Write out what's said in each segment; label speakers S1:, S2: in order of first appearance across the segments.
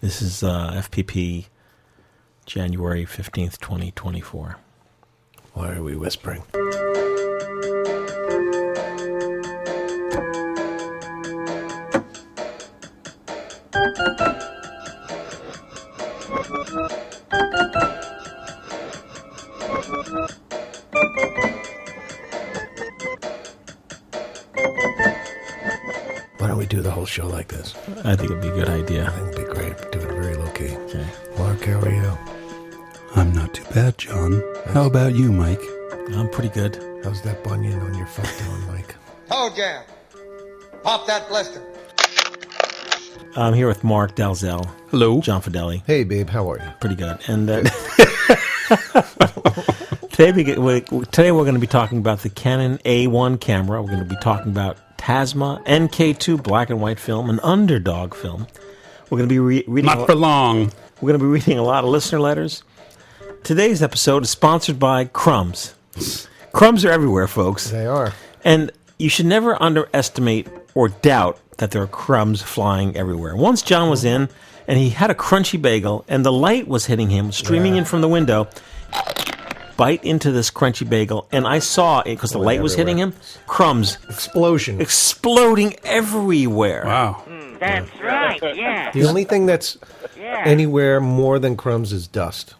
S1: This is uh, FPP January 15th, 2024.
S2: Why are we whispering? Why don't we do the whole show like this?
S1: I think it'd be a good
S2: I
S1: idea.
S2: think it'd be great. Do it very low key.
S1: Okay.
S2: Mark, how are you?
S3: I'm not too bad, John. How about you, Mike?
S1: I'm pretty good.
S2: How's that bunion on your foot doing, Mike?
S4: Toe jam. Pop that blister.
S1: I'm here with Mark Dalzell,
S3: Hello.
S1: John Fidelli.
S2: Hey, babe, how are you?
S1: Pretty good. And uh, today, we get, we, today we're going to be talking about the Canon A1 camera. We're going to be talking about Tasma, NK2 black and white film, an underdog film. We're going to be re- reading. a-
S3: Not for long.
S1: We're going to be reading a lot of listener letters. Today's episode is sponsored by crumbs. crumbs are everywhere, folks.
S2: They are.
S1: And you should never underestimate or doubt that there are crumbs flying everywhere. Once John was in and he had a crunchy bagel and the light was hitting him, streaming in from the window. Bite into this crunchy bagel, and I saw it because the light was hitting him. Crumbs
S2: Explosion.
S1: exploding everywhere.
S3: Wow.
S5: That's right. Yeah.
S2: the only thing that's
S5: Yeah.
S2: anywhere more than crumbs is dust.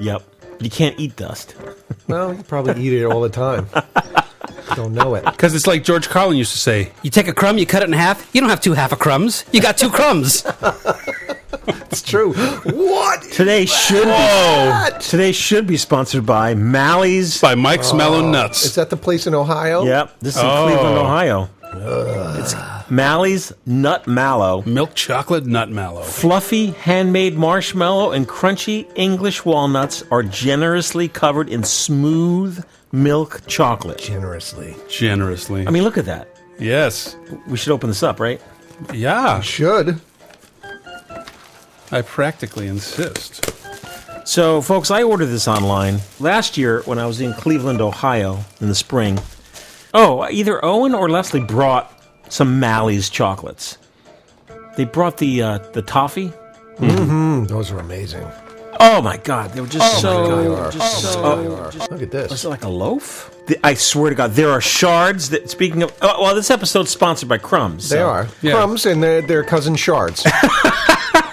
S1: Yep, you can't eat dust.
S2: Well, you probably eat it all the time. Don't know it.
S3: Because it's like George Carlin used to say.
S6: You take a crumb, you cut it in half. You don't have two half of crumbs. You got two crumbs.
S2: It's true. What?
S1: Today should
S3: Whoa!
S1: be today should be sponsored by Mally's.
S3: By Mike's Mellow
S2: Is
S3: Nuts.
S2: that the place in Ohio?
S1: Yep, this is in
S3: Oh.
S1: Cleveland, Ohio. It's Mally's Nut Mallow,
S3: Milk chocolate nut mallow.
S1: fluffy handmade marshmallow and crunchy English walnuts are generously covered in smooth milk chocolate.
S2: Generously.
S3: Generously.
S1: I mean, look at that.
S3: yes.
S1: We should open this up, right?
S3: Yeah.
S2: Should.
S3: I practically insist.
S1: So, folks, I ordered this online last year when I was in Cleveland, Ohio, in the spring. Oh, either Owen or Leslie brought some Mally's chocolates. They brought the uh, the toffee.
S2: Mm, Those are amazing.
S1: Oh my God, they were just
S2: They
S1: so
S2: are. Oh,
S1: just so.
S2: They are. Look at
S1: Is
S2: this.
S1: it like a loaf? The, I swear to God, there are shards that. Speaking of, oh, well, this episode's sponsored by Crumbs.
S2: They
S1: so
S2: are.
S3: Yeah.
S2: Crumbs and their, their cousin shards.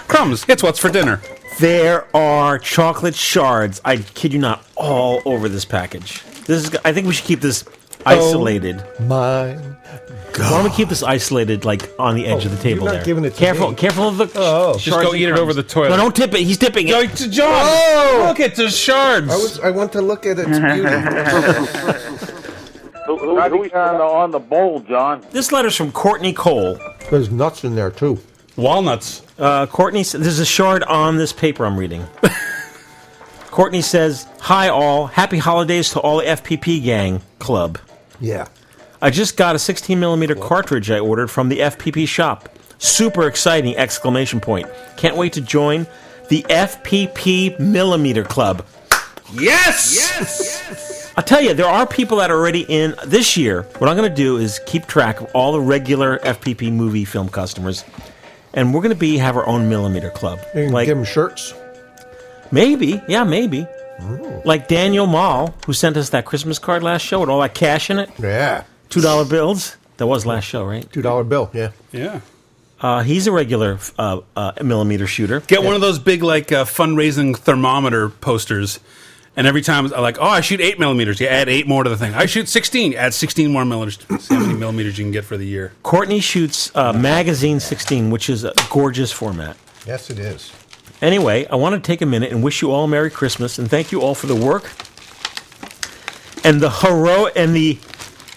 S3: Crumbs. It's what's for dinner.
S1: There are chocolate shards. I kid you not, all over this package. This is. I think we should keep this isolated.
S2: Mine.
S1: Why don't we keep this isolated, like on the edge
S2: Oh,
S1: of the table?
S2: you're not
S1: there.
S2: giving it to
S1: careful,
S2: me.
S1: careful of the.
S2: Oh.
S1: sh-
S2: Just
S1: shards
S3: go
S1: and
S3: eat it
S1: crumbs.
S3: over the toilet.
S1: No, don't tip it. He's dipping it.
S3: Yo, it's John! Look, it's the shards!
S2: I, was, I want to look at its beauty.
S7: Who, who we kinda on the bowl, John?
S1: This letter's from Courtney Cole.
S2: There's nuts in there, too.
S3: Walnuts.
S1: Uh, Courtney, s- there's a shard on this paper I'm reading. Courtney says, "Hi all, happy holidays to all FPP gang club.
S2: Yeah.
S1: I just got a 16 millimeter cartridge I ordered from the FPP shop. Super exciting! Exclamation point! Can't wait to join the FPP millimeter club.
S3: Yes! Yes!
S1: I tell you, there are people that are already in this year. What I'm going to do is keep track of all the regular FPP movie film customers, and we're going to be have our own millimeter club.
S2: You can
S1: Like
S2: give them shirts.
S1: maybe, yeah, maybe. Like Daniel Mall, who sent us that Christmas card last show with all that cash in it,
S2: Yeah.
S1: two dollar bills. That was last show, right?
S2: $2 bill. Yeah.
S3: Yeah.
S1: Uh, he's a regular uh, uh, millimeter shooter.
S3: Get one of those big like uh, fundraising thermometer posters, and every time I like, oh, I shoot eight millimeters. You add eight more to the thing. I shoot sixteen. Add sixteen more millimeters. See how many millimeters you can get for the year.
S1: Courtney shoots uh, magazine 16, which is a gorgeous format.
S2: Yes, it is.
S1: Anyway, I want to take a minute and wish you all a Merry Christmas and thank you all for the work and the hero and the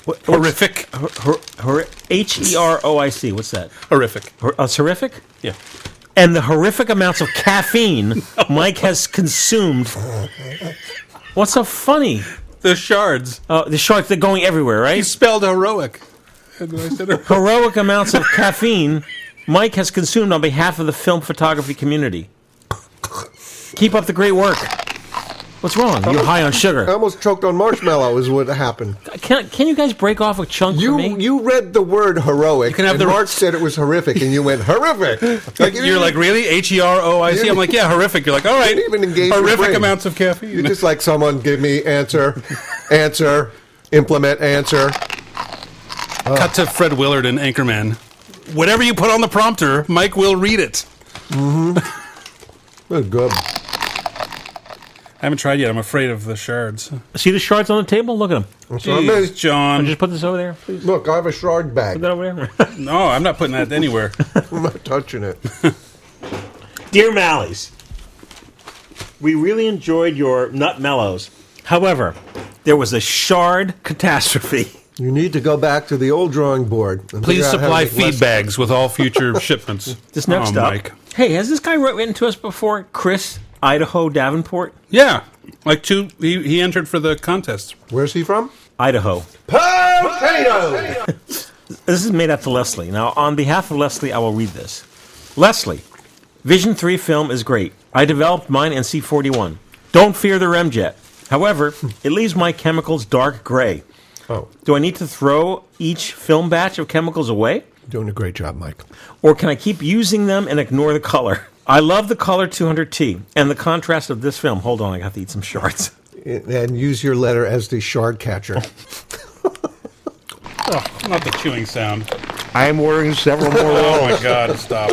S1: what- what's-
S3: Horrific,
S1: hor- hor- hor- H E R O I C. What's that?
S3: horrific.
S1: Hor- uh, horrific?
S3: Yeah.
S1: And the horrific amounts of caffeine Mike has consumed. What's so funny?
S3: The shards.
S1: Uh, the sharks, they're going everywhere,
S3: He
S1: right?
S3: spelled heroic. And I said heroic.
S1: Heroic amounts of caffeine Mike has consumed on behalf of the film photography community. Keep up the great work. What's wrong? You high on
S2: I
S1: sugar?
S2: almost choked on marshmallow. Is what happened.
S1: Can can you guys break off a chunk for
S2: You
S1: me?
S2: you read the word heroic.
S3: You can have
S2: and
S3: the-
S2: Mark said it was horrific, and you went horrific. you
S3: You're
S2: didn't-
S3: like, really? H E R O I C? I'm like, yeah, horrific. You're like, all right.
S2: didn't even engage your
S3: horrific
S2: brain.
S3: amounts of caffeine.
S2: You're just like someone. Give me answer, answer, implement answer.
S3: Cut to Fred Willard and Anchorman. Whatever you put on the prompter, Mike will read it.
S2: Good. good.
S3: I haven't tried yet. I'm afraid of the shards.
S1: See the shards on the table? Look at them.
S2: So I'm
S3: Jeez, John.
S1: Just put this over there. Put
S2: Look, I have a shard bag.
S1: that
S2: I'm
S1: over there.
S3: No, I'm not putting that anywhere.
S2: not touching it.
S1: Dear Mallies, we really enjoyed your nut mellows. However, there was a shard catastrophe.
S2: You need to go back to the old drawing board. and figure
S3: Please
S2: out how to
S3: supply
S2: make less-
S3: feed bags with all future shipments.
S1: This next
S3: oh,
S1: up.
S3: Mike.
S1: Hey, has this guy written to us before? Chris Idaho Davenport,
S3: Yeah, like two. He, he entered for the contest.
S2: Where's he from?
S1: Idaho.
S2: Potato.
S1: This is made out to Leslie. Now, on behalf of Leslie, I will read this. Leslie, Vision 3 film is great. I developed mine in C41. Don't fear the Remjet. However, it leaves my chemicals dark gray.
S2: Oh,
S1: Do I need to throw each film batch of chemicals away?
S2: doing a great job, Mike.
S1: Or can I keep using them and ignore the color? I love the color 200T and the contrast of this film. Hold on, I have to eat some shards.
S2: And use your letter as the shard catcher.
S3: Not the chewing sound.
S8: I am ordering several more
S3: Oh
S8: rolls.
S3: my god! Stop.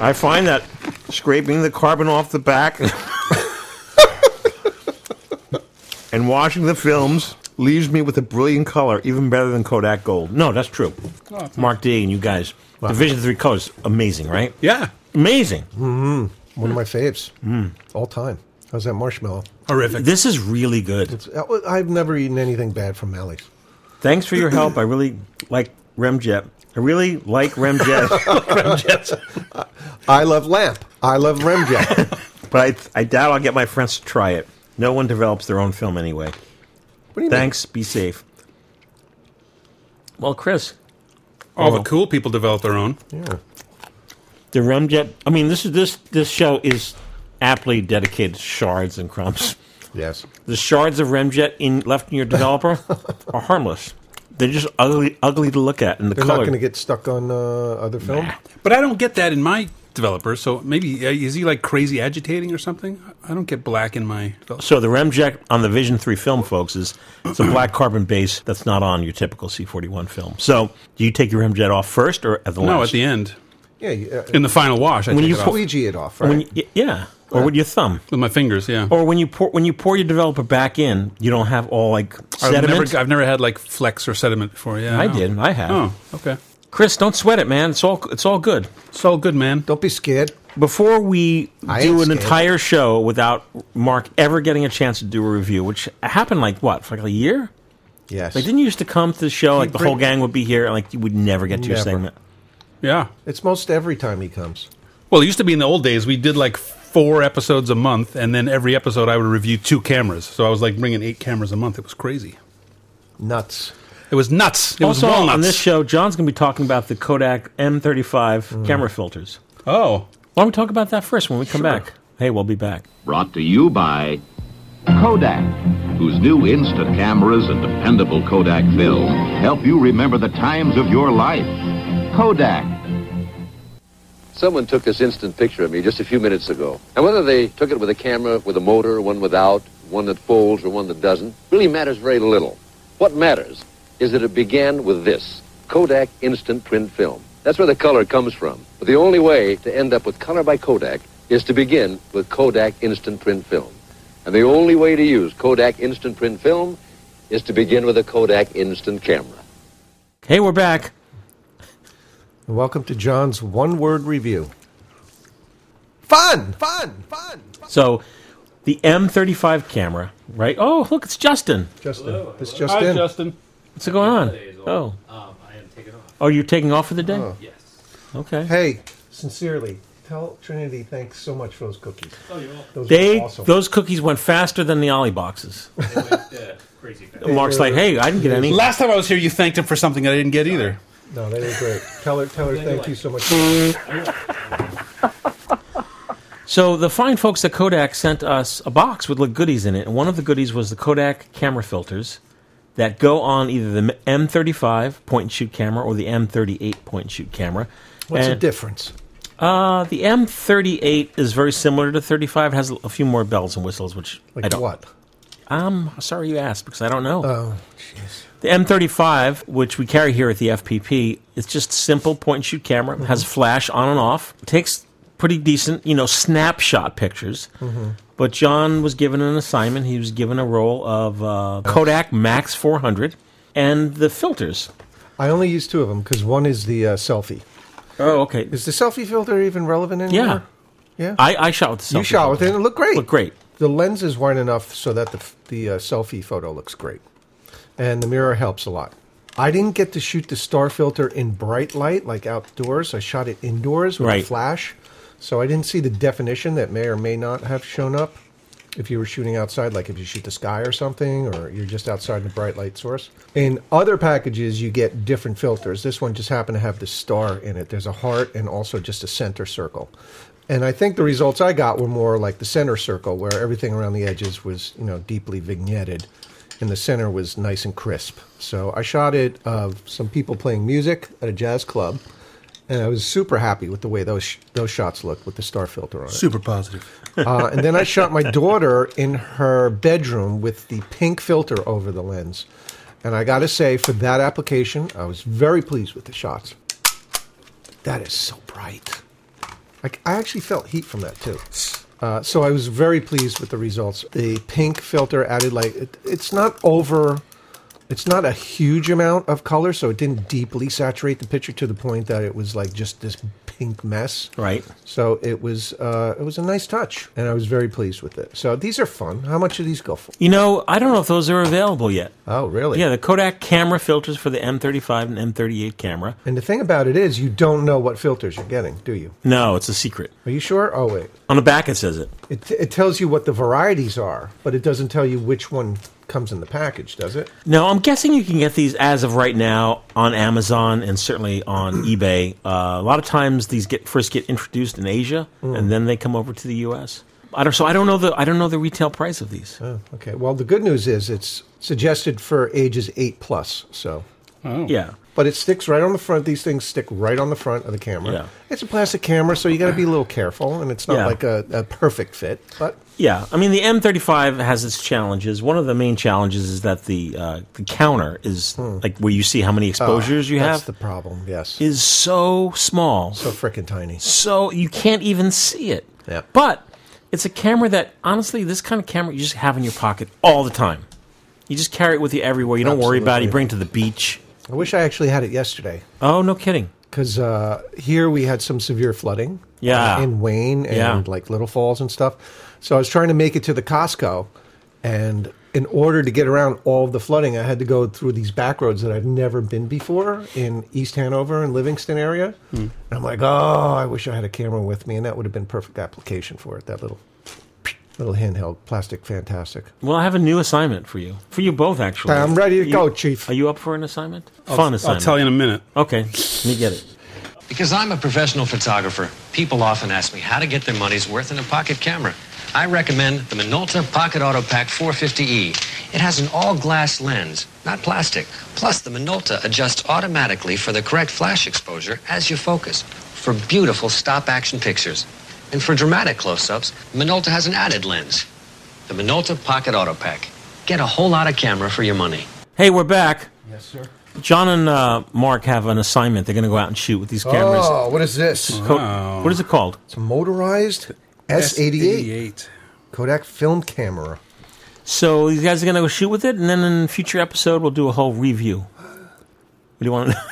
S8: I find that scraping the carbon off the back and washing the films leaves me with a brilliant color, even better than Kodak Gold.
S1: No, that's true. Mark D and you guys, the Vision 3 colors, amazing, right?
S3: Yeah,
S1: Amazing.
S2: One of my faves, all time. How's that marshmallow?
S3: horrific.
S1: This is really good.
S2: I've never eaten anything bad from Mally's.
S1: Thanks for your help. I really like Remjet. I really like Remjet,
S2: I love lamp. I love remjack.
S1: but I, I doubt I'll get my friends to try it. No one develops their own film anyway.
S2: what do you
S1: Thanks. Be safe. Well, Chris,
S3: all
S1: Oh.
S3: the cool people develop their own.
S2: mean? Yeah.
S1: the Remjet. I mean, this is this this show is aptly dedicated to shards and crumbs.
S2: Yes.
S1: The shards of Remjet in left in your developer are harmless. They're just ugly, ugly to look at, and the
S2: They're not
S1: color.
S2: going to get stuck on uh, other film.
S3: But I don't get that in my developer. So maybe uh, is he like crazy agitating or something? I don't get black in my.
S1: So the Remjet on the Vision 3 film, folks, is it's a black carbon base that's not on your typical C41 film. So do you take your Remjet off first or at the
S3: No, at
S1: last?
S3: the end,
S2: Yeah. You, uh,
S3: in the final wash, I
S1: When
S3: take
S1: you
S3: it
S1: put-
S3: off
S2: squeegee it off, right?
S1: When you, y- yeah, or with your thumb.
S3: with my fingers. Yeah.
S1: Or when you pour when you pour your developer back in, you don't have all like
S3: I've
S1: sediment.
S3: never, I've never had like flex or sediment before. Yeah,
S1: I
S3: no.
S1: did. I have.
S3: Oh, okay.
S1: Chris, don't sweat it, man. It's all it's all good.
S3: It's all good, man.
S2: Don't be scared.
S1: Before we
S2: I
S1: do
S2: ain't
S1: an
S2: scared.
S1: entire show without Mark ever getting a chance to do a review, which happened like what, for like a year?
S2: Yes.
S1: Like didn't you used to come to the show like the
S2: bring-
S1: whole gang would be here and like you would never get to your
S2: Never.
S1: segment.
S3: Yeah.
S2: It's most every time he comes.
S3: Well, it used to be in the old days. We did like four episodes a month, and then every episode I would review two cameras. So I was like bringing eight cameras a month. It was crazy.
S2: Nuts.
S3: It was nuts. It
S1: also
S3: was walnuts.
S1: on this show, John's going to be talking about the Kodak M35
S2: Mm.
S1: camera filters.
S3: oh,
S1: Why don't we talk about that first when we come back? Hey, we'll be back.
S9: Brought to you by Kodak, whose new instant cameras and dependable Kodak film help you remember the times of your life. Kodak.
S10: Someone took this instant picture of me just a few minutes ago. And whether they took it with a camera, with a motor, one without, one that folds or one that doesn't, really matters very little. What matters is that it began with this Kodak instant print film. That's where the color comes from. But the only way to end up with color by Kodak is to begin with Kodak instant print film. And the only way to use Kodak instant print film is to begin with a Kodak instant camera.
S1: Hey, we're back.
S2: Welcome to John's one word review. Fun! Fun! Fun!
S1: So, the M35 camera, right? Oh, look, it's Justin.
S2: Justin. This just in.
S3: Justin.
S1: What's going on? Oh, oh, you're taking off for the day? Yes. Okay.
S2: Uh-huh. Hey, sincerely, tell Trinity thanks so much for those cookies. Oh, you're welcome. Those
S1: They
S2: were awesome.
S1: those cookies went faster than the Ollie boxes.
S2: uh,
S1: Mark's like, hey, I didn't get any.
S3: Last time I was here, you thanked him for something I didn't get either.
S2: no, they were great. Tell her, tell her, thank you so much.
S1: So the fine folks at Kodak sent us a box with like goodies in it, and one of the goodies was the Kodak camera filters that go on either the M35 point and shoot camera or the M38 point and shoot camera.
S2: What's the
S1: And,
S2: difference?
S1: Uh, the M38 is very similar to 35. It has a few more bells and whistles, which
S2: Like
S1: I don't.
S2: what?
S1: I'm sorry you asked because I don't know.
S2: Oh, jeez.
S1: The M35, which we carry here at the FPP, it's just simple point and shoot camera. Has
S2: Mm-hmm.
S1: flash on and off. Takes pretty decent, you know, snapshot pictures.
S2: Mm-hmm.
S1: But John was given an assignment. He was given a roll of uh, Kodak Max 400 and the filters.
S2: I only use two of them because one is the uh, selfie.
S1: Oh, okay.
S2: Is the selfie filter even relevant
S1: Yeah,
S2: anymore? Yeah.
S1: I, I shot with the
S2: you
S1: selfie
S2: shot with it
S1: filter.
S2: and it looked great.
S1: Looked great.
S2: The lenses weren't enough so that the, f- the uh, selfie photo looks great. And the mirror helps a lot. I didn't get to shoot the star filter in bright light, like outdoors. I shot it indoors with a
S1: Right.
S2: flash. So I didn't see the definition that may or may not have shown up if you were shooting outside, like if you shoot the sky or something, or you're just outside in a bright light source. In other packages, you get different filters. This one just happened to have the star in it. There's a heart and also just a center circle. And I think the results I got were more like the center circle, where everything around the edges was, you know, deeply vignetted, and the center was nice and crisp. So I shot it of some people playing music at a jazz club, and I was super happy with the way those sh- those shots looked with the star filter on it.
S3: Super positive.
S2: Uh, and then I shot my daughter in her bedroom with the pink filter over the lens. And I got to say, for that application, I was very pleased with the shots. That is so bright. I, I actually felt heat from that too. Uh, so I was very pleased with the results. The pink filter added like it, it's not over, it's not a huge amount of color, so it didn't deeply saturate the picture to the point that it was like just this pink mess.
S1: Right.
S2: So it was uh, it was a nice touch, and I was very pleased with it. So these are fun. How much do these go for?
S1: You know, I don't know if those are available yet.
S2: Oh, really?
S1: Yeah, the Kodak camera filters for the M35 and M38 camera.
S2: And the thing about it is, you don't know what filters you're getting, do you?
S1: No, it's a secret.
S2: Are you sure? Oh wait,
S1: On the back it says it.
S2: it it tells you what the varieties are, but it doesn't tell you which one comes in the package, does it?
S1: No, I'm guessing you can get these as of right now on Amazon and certainly on eBay. Uh, a lot of times these get first get introduced in Asia
S2: Mm.
S1: and then they come over to the U.S. I don't, so I don't know the I don't know the retail price of these.
S2: Oh, okay. Well, the good news is it's suggested for ages eight plus. So.
S1: Yeah,
S2: But it sticks right on the front. These things stick right on the front of the camera.
S1: Yeah.
S2: It's a plastic camera, so you got to be a little careful, and it's not
S1: Yeah.
S2: like a, a perfect fit. But
S1: yeah. I mean, the M35 has its challenges. One of the main challenges is that the uh, the counter is like where you see how many exposures you
S2: Hmm. Ah, that's
S1: have
S2: the problem. Yes.
S1: is so small.
S2: so freaking tiny.
S1: so you can't even see it.
S2: Yeah.
S1: But it's a camera that honestly, this kind of camera you just have in your pocket all the time. You just carry it with you everywhere. You don't worry about it. You
S2: Absolutely.
S1: bring it to the beach.
S2: I wish I actually had it yesterday
S1: Oh, no kidding.
S2: because uh, here we had some severe flooding.
S1: Yeah.
S2: uh, in Wayne and
S1: Yeah.
S2: like Little Falls and stuff. So I was trying to make it to the Costco, and in order to get around all of the flooding, I had to go through these back roads that I've never been before in East Hanover and Livingston area.
S1: Hmm.
S2: And I'm like, oh, I wish I had a camera with me, and that would have been perfect application for it. That little little handheld plastic, fantastic.
S1: Well, I have a new assignment for you. For you both, actually.
S2: I'm ready to
S1: You-
S2: go, Chief.
S1: Are you up for an assignment? Fun
S3: I'll
S1: assignment.
S3: tell you in a minute.
S1: Okay, let me get it.
S11: Because I'm a professional photographer, people often ask me how to get their money's worth in a pocket camera. I recommend the Minolta Pocket Auto Pack 450E. It has an all glass lens, not plastic. Plus, the Minolta adjusts automatically for the correct flash exposure as you focus for beautiful stop action pictures. And for dramatic close ups, Minolta has an added lens the Minolta Pocket Auto Pack. Get a whole lot of camera for your money.
S1: Hey, we're back. Yes, sir. John and uh, Mark have an assignment. They're going to go out and shoot with these cameras.
S2: Oh, what is this?
S1: Co- What is it called?
S2: It's a motorized S88 Kodak film camera.
S1: So these guys are going to go shoot with it, and then in a future episode, we'll do a whole review. What do you want?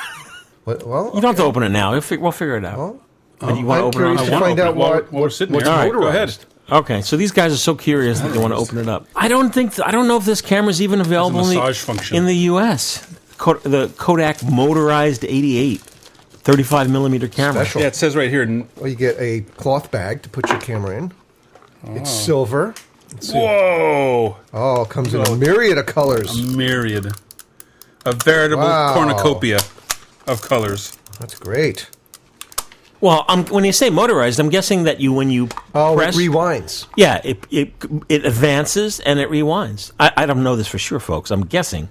S2: Well, well
S1: You don't have to open it now. We'll, fi- we'll figure it out. But you want
S2: I'm
S1: to open
S2: curious
S1: it?
S2: to
S1: on-
S2: find out
S3: While we're-
S2: what,
S3: while we're sitting
S2: what's
S3: here. All right, go
S2: motorized.
S1: Okay, so these guys are so curious that they want to open it up. I don't think I don't know if this camera's even available in the,
S3: massage function.
S1: in the U.S. Ko- the Kodak motorized 88, 35 millimeter camera.
S2: Special.
S3: Yeah, it says right here. n-
S2: Well, Oh, you get a cloth bag to put your camera in. It's
S3: Oh.
S2: silver.
S3: Whoa,
S2: Oh, it comes in a myriad of
S3: Um,
S2: colors.
S3: myriad, a veritable
S2: Wow.
S3: cornucopia of colors.
S2: That's great.
S1: Well, um, when you say motorized, I'm guessing that you when you
S2: Oh, it
S1: press,
S2: rewinds.
S1: Yeah, it it it advances and it rewinds. I, I don't know this for sure, folks. I'm guessing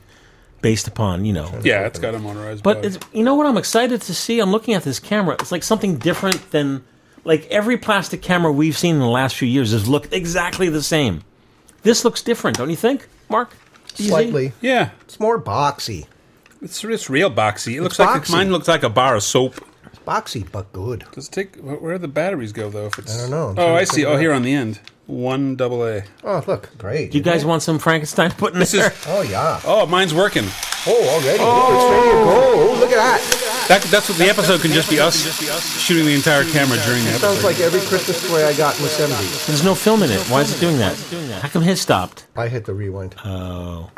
S1: based upon you know.
S3: Yeah, it's got a motorized.
S1: But it's, you know what I'm excited to see? I'm looking at this camera. It's like something different than like every plastic camera we've seen in the last few years has looked exactly the same. This looks different, don't you think, Mark? Do you
S2: Slightly.
S1: think?
S3: Yeah,
S2: it's more boxy.
S3: It's it's real boxy. It
S2: It's
S3: looks like
S2: boxy.
S3: mine looks like a bar of soap.
S2: It's boxy but good.
S3: Does it take? wh- Where do the batteries go though? If it's
S2: I don't know. I'm trying
S3: oh,
S2: to
S3: I see.
S2: figure
S3: Oh,
S2: it
S3: here
S2: out.
S3: on the end, one double A.
S2: Oh, look, great.
S1: Do you guys want some Frankenstein put in
S3: This
S1: there?
S3: is.
S2: Oh yeah.
S3: Oh, mine's working.
S2: Oh, already. Oh, look at that.
S3: That, that's what the episode can just be us shooting the entire camera during the
S2: Sounds
S3: episode.
S2: like every Christmas toy I got in the '70s.
S1: There's no film in it. Why is it doing that? How come his stopped?
S2: I hit the rewind.
S1: Oh.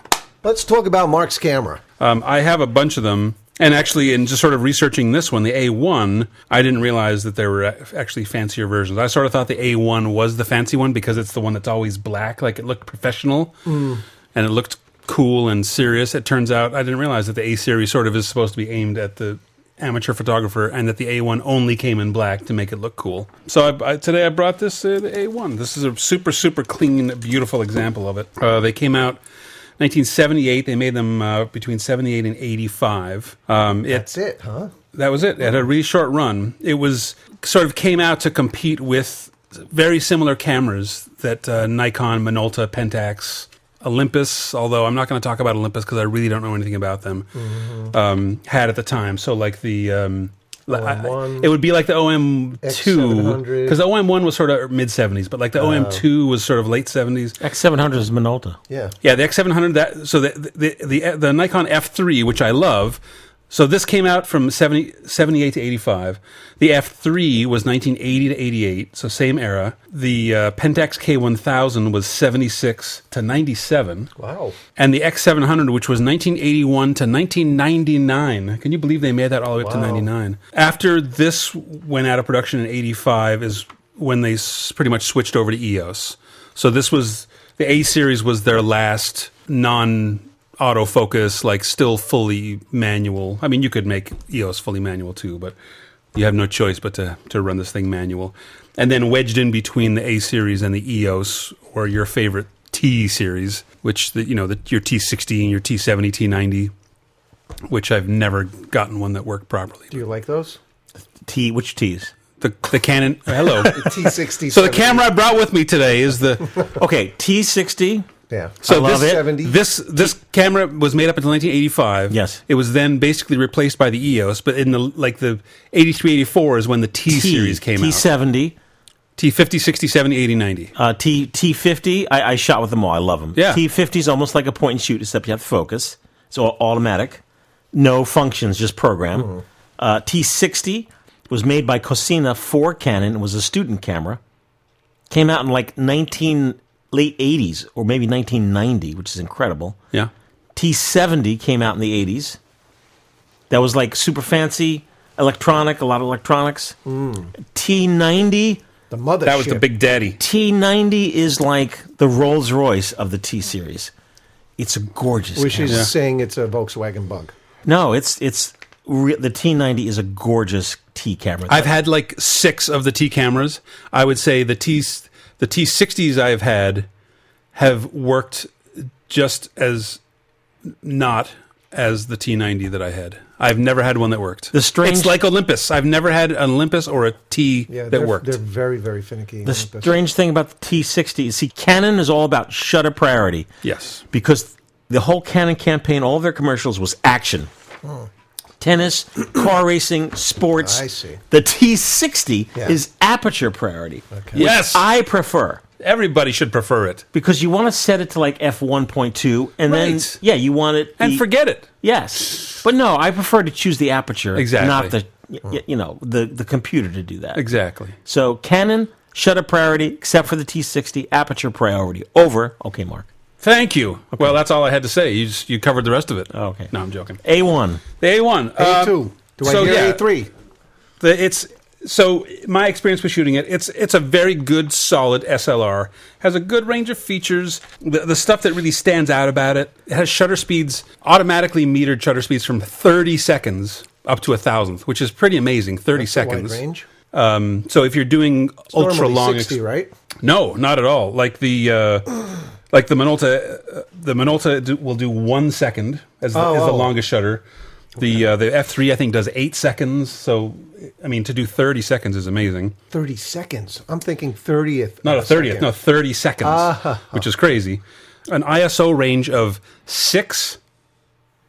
S2: Let's talk about Mark's camera.
S3: Um, I have a bunch of them, and actually, in just sort of researching this one, the A1, I didn't realize that there were a- actually fancier versions. I sort of thought the A1 was the fancy one because it's the one that's always black, like it looked professional and it looked cool and serious. It turns out I didn't realize that the A series sort of is supposed to be aimed at the amateur photographer and that the A1 only came in black to make it look cool. So I, I, today I brought this uh, the A1. This is a super super clean, beautiful example of it. Uh, they came out 1978. They made them uh, between 78 and 85. Um, it,
S2: That's it, huh?
S3: that was it. It had a really short run. It was sort of came out to compete with very similar cameras that uh, Nikon, Minolta, Pentax, Olympus. Although I'm not going to talk about Olympus because I really don't know anything about them. Um, had at the time. So like the um, li- I-
S2: OM1.
S3: it would be like the OM2
S2: X700.
S3: because OM1 was sort of mid 70s, but like the OM2 was sort of late 70s.
S1: X700 is Minolta.
S2: Yeah.
S3: Yeah, the X700. That so the the the, the Nikon F3, which I love. So this came out from 70, 78 to 85. The F3 was 1980 to 88, so same era. The uh, Pentax K1000 was 76 to 97.
S2: Wow.
S3: And the X700, which was 1981 to 1999. Can you believe they made that all the way up to
S2: Wow.
S3: 99? After this went out of production in 85 is when they s- pretty much switched over to EOS. So this was the A series was their last non autofocus like still fully manual. I mean, you could make EOS fully manual too, but you have no choice but to, to run this thing manual. And then wedged in between the A series and the E EOS, or your favorite T series, which the, you know the, your T sixteen, your T seventy, T ninety, which I've never gotten one that worked properly.
S2: Do you like those?
S1: T, which T's?
S3: The the Canon, hello.
S2: T60.
S3: so the camera I brought with me today is the
S1: Okay, T60.
S2: Yeah.
S3: So
S1: I love
S3: this,
S1: it.
S2: 70.
S3: this this camera was made up until 1985.
S1: Yes.
S3: it was then basically replaced by the EOS. But in the like the 83, 84 is when the T, series came out.
S1: T70.
S3: T 50, 60, 70, 80, 90.
S1: Uh, T T fifty. I, I shot with them all. I love them.
S3: Yeah.
S1: T fifty is almost like a point and shoot, except you have to focus. It's all automatic, no functions, just program. Uh, T sixty was made by Cosina for Canon. It was a student camera. Came out in like nineteen late eighties or maybe nineteen ninety, which is incredible.
S3: Yeah,
S1: T seventy came out in the eighties. That was like super fancy electronic, a lot of electronics. T ninety.
S2: The mother.
S3: that was the big daddy.
S1: T90 is like the Rolls Royce of the T series. It's a gorgeous
S2: Which
S1: camera.
S2: is saying it's a Volkswagen Bug.
S1: No, it's it's re- the T90 is a gorgeous T camera.
S3: I've had like six of the T cameras. I would say the T the T sixties I've had have worked just as not as the T ninety that I had. I've never had one that worked.
S1: The strange-
S3: It's like Olympus. I've never had an Olympus or a T
S2: Yeah,
S3: that
S2: they're,
S3: worked.
S2: They're very, very finicky.
S1: the
S2: Olympus.
S1: strange thing about the T60 is see Canon is all about shutter priority.
S3: Yes.
S1: Because the whole Canon campaign, all of their commercials was action. Tennis, car racing, sports.
S2: Hmm. I see.
S1: The T60
S2: Yeah.
S1: is aperture priority. Okay.
S3: Yes.
S1: I prefer.
S3: Everybody should prefer it
S1: because you want to set it to like f one point two, and
S3: Right.
S1: then yeah, you want it
S3: and
S1: the-
S3: forget it.
S1: Yes, but no, I prefer to choose the aperture,
S3: Exactly.
S1: not the y- y- you know the the computer to do that.
S3: Exactly.
S1: So Canon shutter priority, except for the T60 aperture priority over. Okay, Mark.
S3: Thank you. Well, that's all I had to say. You just, you covered the rest of it.
S1: Oh, okay.
S3: No, I'm joking.
S1: A one.
S3: The A one. um,
S2: A2. Do I hear A3?
S3: The, it's so my experience with shooting it. It's it's a very good, solid SLR. Has a good range of features. The, the stuff that really stands out about it, it has shutter speeds automatically metered shutter speeds from 30 seconds up to a thousandth, which is pretty amazing. 30
S2: That's a wide
S3: seconds
S2: range.
S3: Um, so if you're doing ultra
S2: normally
S3: long,
S2: 60, right?
S3: No, not at all. Like the uh, like the Minolta, uh, the Minolta do, will do one second as the,
S2: Oh,
S3: as the
S2: oh.
S3: longest shutter. The uh, the F three I think does eight seconds. So I mean to do thirty seconds is amazing.
S2: 30 seconds. I'm thinking 30th.
S3: Not a
S2: of
S3: thirtieth,
S2: second.
S3: no thirty seconds,
S2: Ah.
S3: which is crazy. An ISO range of six.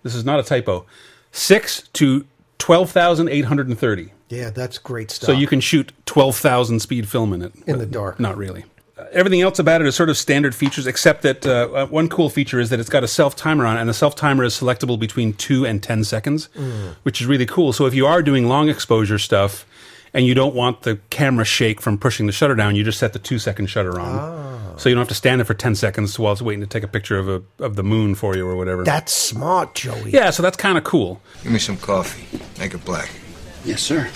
S3: This is not a typo. Six to twelve thousand eight hundred and thirty.
S2: Yeah, that's great stuff.
S3: So you can shoot 12,000 speed film in it.
S2: In the dark.
S3: Not really. Uh, Everything else about it is sort of standard features, except that uh, uh, one cool feature is that it's got a self timer on, it, and the self timer is selectable between two and ten seconds,
S12: Mm.
S3: which is really cool. So if you are doing long exposure stuff and you don't want the camera shake from pushing the shutter down, you just set the two second shutter on,
S2: Ah.
S3: so you don't have to stand there for ten seconds while it's waiting to take a picture of a of the moon for you or whatever.
S2: That's smart, Joey.
S3: yeah, so that's kind of cool.
S13: Give me some coffee. Make it black. Yes, sir.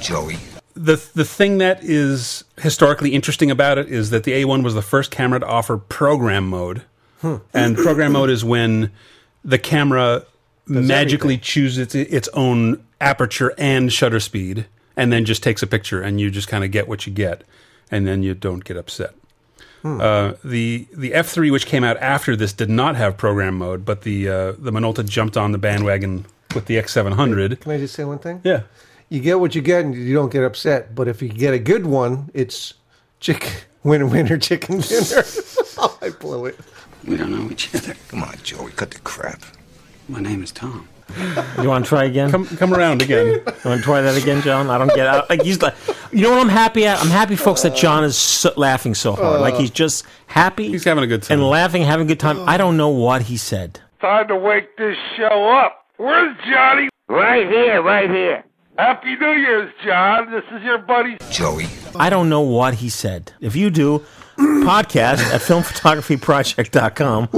S13: Joey.
S3: the the thing that is historically interesting about it is that the A1 was the first camera to offer program mode,
S12: Hmm.
S3: and program mode is when the camera magically
S12: everything.
S3: chooses its, its own aperture and shutter speed, and then just takes a picture, and you just kind of get what you get, and then you don't get upset.
S12: Hmm.
S3: Uh, the the F3, which came out after this, did not have program mode, but the uh, the Minolta jumped on the bandwagon with the X700.
S2: Can I just say one thing?
S3: Yeah.
S2: You get what you get and you don't get upset, but if you get a good one, it's chicken winner winner chicken dinner. Oh, I blew it.
S13: We don't know each other. Come on, Joey. Cut the crap. My name is Tom.
S1: You want to try again? Come,
S3: come around again. You
S1: want to try that again, John? I don't get out. Like he's like, you know what? I'm happy. At? I'm happy, folks, that John is so, laughing so hard. like he's just happy. He's
S3: having a good
S1: time and laughing, having a good time. I don't know what he said.
S14: Time to wake this show up. Where's Johnny?
S1: Right here, right here.
S14: Happy New Year's, John. This is your buddy Joey.
S1: I don't know what he said. If you do, podcast at filmphotographyproject.com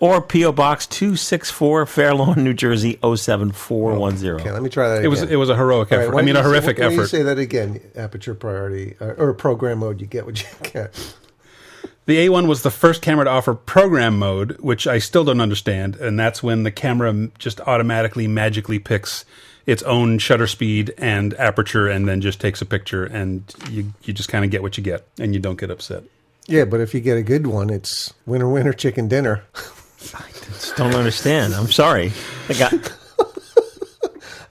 S1: or PO Box 264 Fairlawn, New Jersey 07410. Okay,
S2: let me try that
S1: It was-
S2: again.
S1: it was a heroic
S2: All right,
S1: effort.
S2: why
S1: I
S2: don't
S1: mean, a
S2: you say-
S1: horrific
S2: why don't you
S1: effort.
S2: say that again. Aperture priority uh, or program mode, you get what you get.
S3: The A1 was the first camera to offer program mode, which I still don't understand, and that's when the camera m- just automatically magically picks its own shutter speed and aperture and then just takes a picture and you you just kind of get what you get and you don't get upset.
S2: Yeah, but if you get a good one, it's winner winner chicken dinner.
S1: Just don't understand. I'm sorry. I got,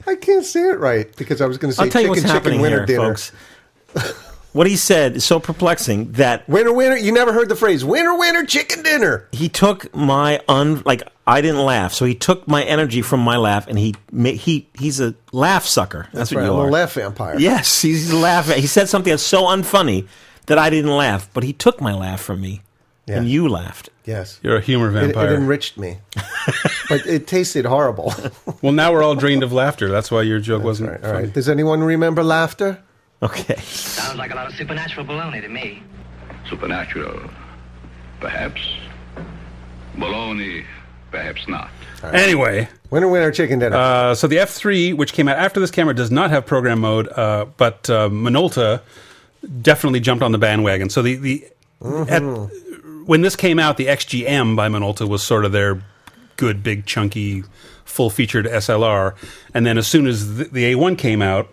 S2: I can't say it right because I was going to say
S1: I'll tell you
S2: chicken
S1: what's
S2: chicken
S1: happening
S2: winner
S1: here,
S2: dinner.
S1: folks. What he said is so perplexing that
S2: winner winner. You never heard the phrase winner winner chicken dinner.
S1: He took my un like I didn't laugh, so he took my energy from my laugh, and he ma- he he's a laugh sucker. That's,
S2: right.
S1: what you
S2: I'm
S1: are.
S2: a laugh vampire.
S1: Yes, he's he's a laugh. He said something that's so unfunny that I didn't laugh, but he took my laugh from me, and you laughed.
S2: Yes,
S3: You're a humor
S2: It, it
S3: vampire.
S2: enriched me, but it tasted horrible.
S3: well, now we're all drained of laughter. That's why your joke wasn't right.
S2: All right. Does anyone remember laughter?
S1: Okay.
S5: Sounds like a lot of supernatural baloney to me.
S15: Supernatural, perhaps. Baloney, perhaps not.
S3: Anyway,
S2: winner winner chicken dinner.
S3: Uh, so the F3, which came out after this camera, does not have program mode, uh, but uh, Minolta definitely jumped on the bandwagon. So the the at- when this came out, the XGM by Minolta was sort of their good, big, chunky, full featured SLR, and then as soon as the, the A1 came out.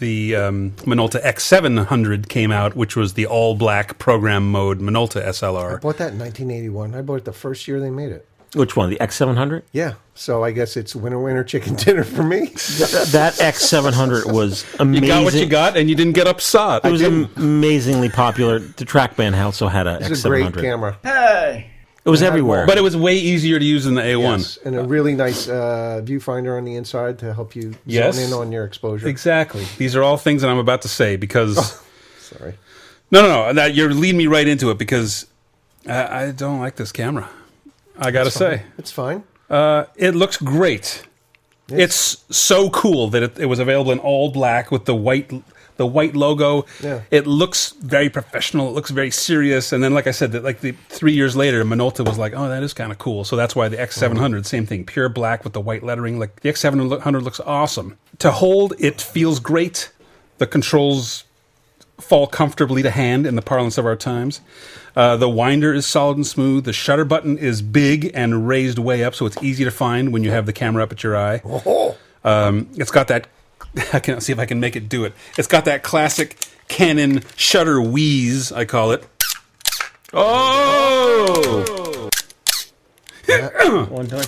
S3: The um, Minolta X700 came out, which was the all black program mode Minolta SLR.
S2: Bought that in 1981. I bought it the first year they made it.
S1: Which one? The X700?
S2: Yeah. So I guess it's winner winner chicken dinner for me.
S1: that X700 was amazing.
S3: You got what you got, and you didn't get upset.
S1: It was am- amazingly popular. The TrackMan also had a
S2: It's a
S1: X700.
S2: great camera.
S16: Hey!
S1: It was
S2: I had
S1: everywhere.
S2: one.
S3: But it was way easier to use than the A1.
S2: Yes, and a really nice uh, viewfinder on the inside to help you
S3: Yes.
S2: zone in on your exposure.
S3: Exactly. These are all things that I'm about to say because.
S2: Sorry.
S3: No, no, no. That you're leading me right into it because I, I don't like this camera. I gotta
S2: It's fine.
S3: say,
S2: it's fine.
S3: Uh, it looks great. It's so cool that it, it was available in all black with the white the white logo.
S12: Yeah.
S3: It looks very professional. It looks very serious. And then, like I said, that like the three years later, Minolta was like, "Oh, that is kind of cool." So that's why the X700, same thing, pure black with the white lettering. Like the X700 looks awesome to hold. It feels great. The controls fall comfortably to hand in the parlance of our times. Uh, the winder is solid and smooth. The shutter button is big and raised way up, so it's easy to find when you have the camera up at your eye. Um, it's got that I can see if I can make it do it. It's got that classic Canon shutter wheeze, I call it. Oh!
S1: One time.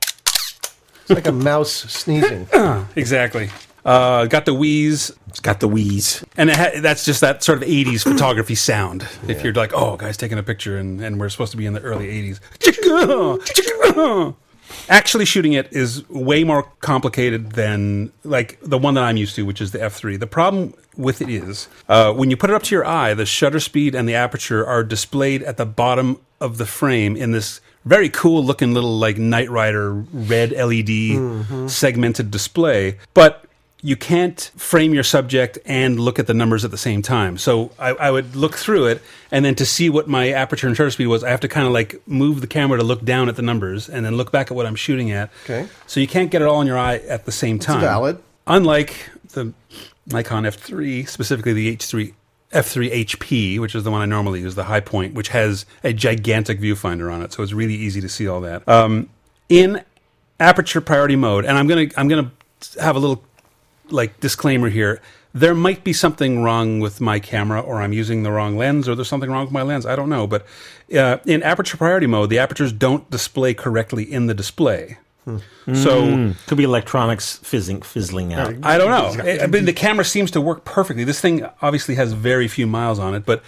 S2: It's like a mouse sneezing.
S3: exactly. Uh, got the wheeze. It's
S1: got the wheeze.
S3: And it ha- that's just that sort of 80s photography sound. If you're like, oh, guy's taking a picture and, and we're supposed to be in the early 80s. Chicka! Chicka! Actually, shooting it is way more complicated than like the one that I'm used to, which is the f3. The problem with it is uh, when you put it up to your eye, the shutter speed and the aperture are displayed at the bottom of the frame in this very cool looking little like Knight Rider red LED
S1: Mm-hmm.
S12: Mhm.
S3: segmented display. But you can't frame your subject and look at the numbers at the same time. So I, I would look through it, and then to see what my aperture and shutter speed was, I have to kind of like move the camera to look down at the numbers and then look back at what I'm shooting at.
S2: Okay.
S3: So you can't get it all in your eye at the same time.
S2: valid.
S3: Unlike the Nikon F3, specifically the H3 F3 HP, which is the one I normally use, the high point, which has a gigantic viewfinder on it, so it's really easy to see all that. Um, in aperture priority mode, and I'm gonna I'm gonna have a little like disclaimer here. There might be something wrong with my camera, or I'm using the wrong lens, or there's something wrong with my lens. I don't know, but uh, in aperture priority mode, the apertures don't display correctly in the display. So-
S1: could be electronics fizzing, fizzling out.
S3: I don't know. I I mean, the camera seems to work perfectly. This thing obviously has very few miles on it, but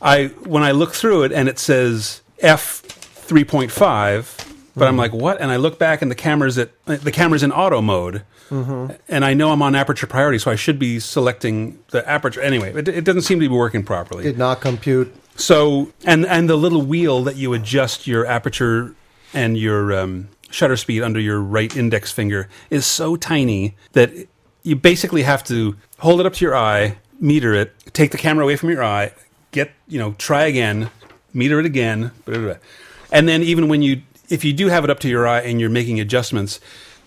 S3: I when I look through it and it says f three point five, but I'm
S12: Mhm.
S3: like, what? And I look back and the camera's at the camera's in auto mode,
S12: Mm-hmm.
S3: and I know I'm on aperture priority, so I should be selecting the aperture anyway. It, it doesn't seem to be working properly.
S2: Did not compute.
S3: So and and the little wheel that you adjust your aperture and your um, shutter speed under your right index finger is so tiny that you basically have to hold it up to your eye, meter it, take the camera away from your eye, get you know try again, meter it again, blah, blah, blah. and then even when you if you do have it up to your eye and you're making adjustments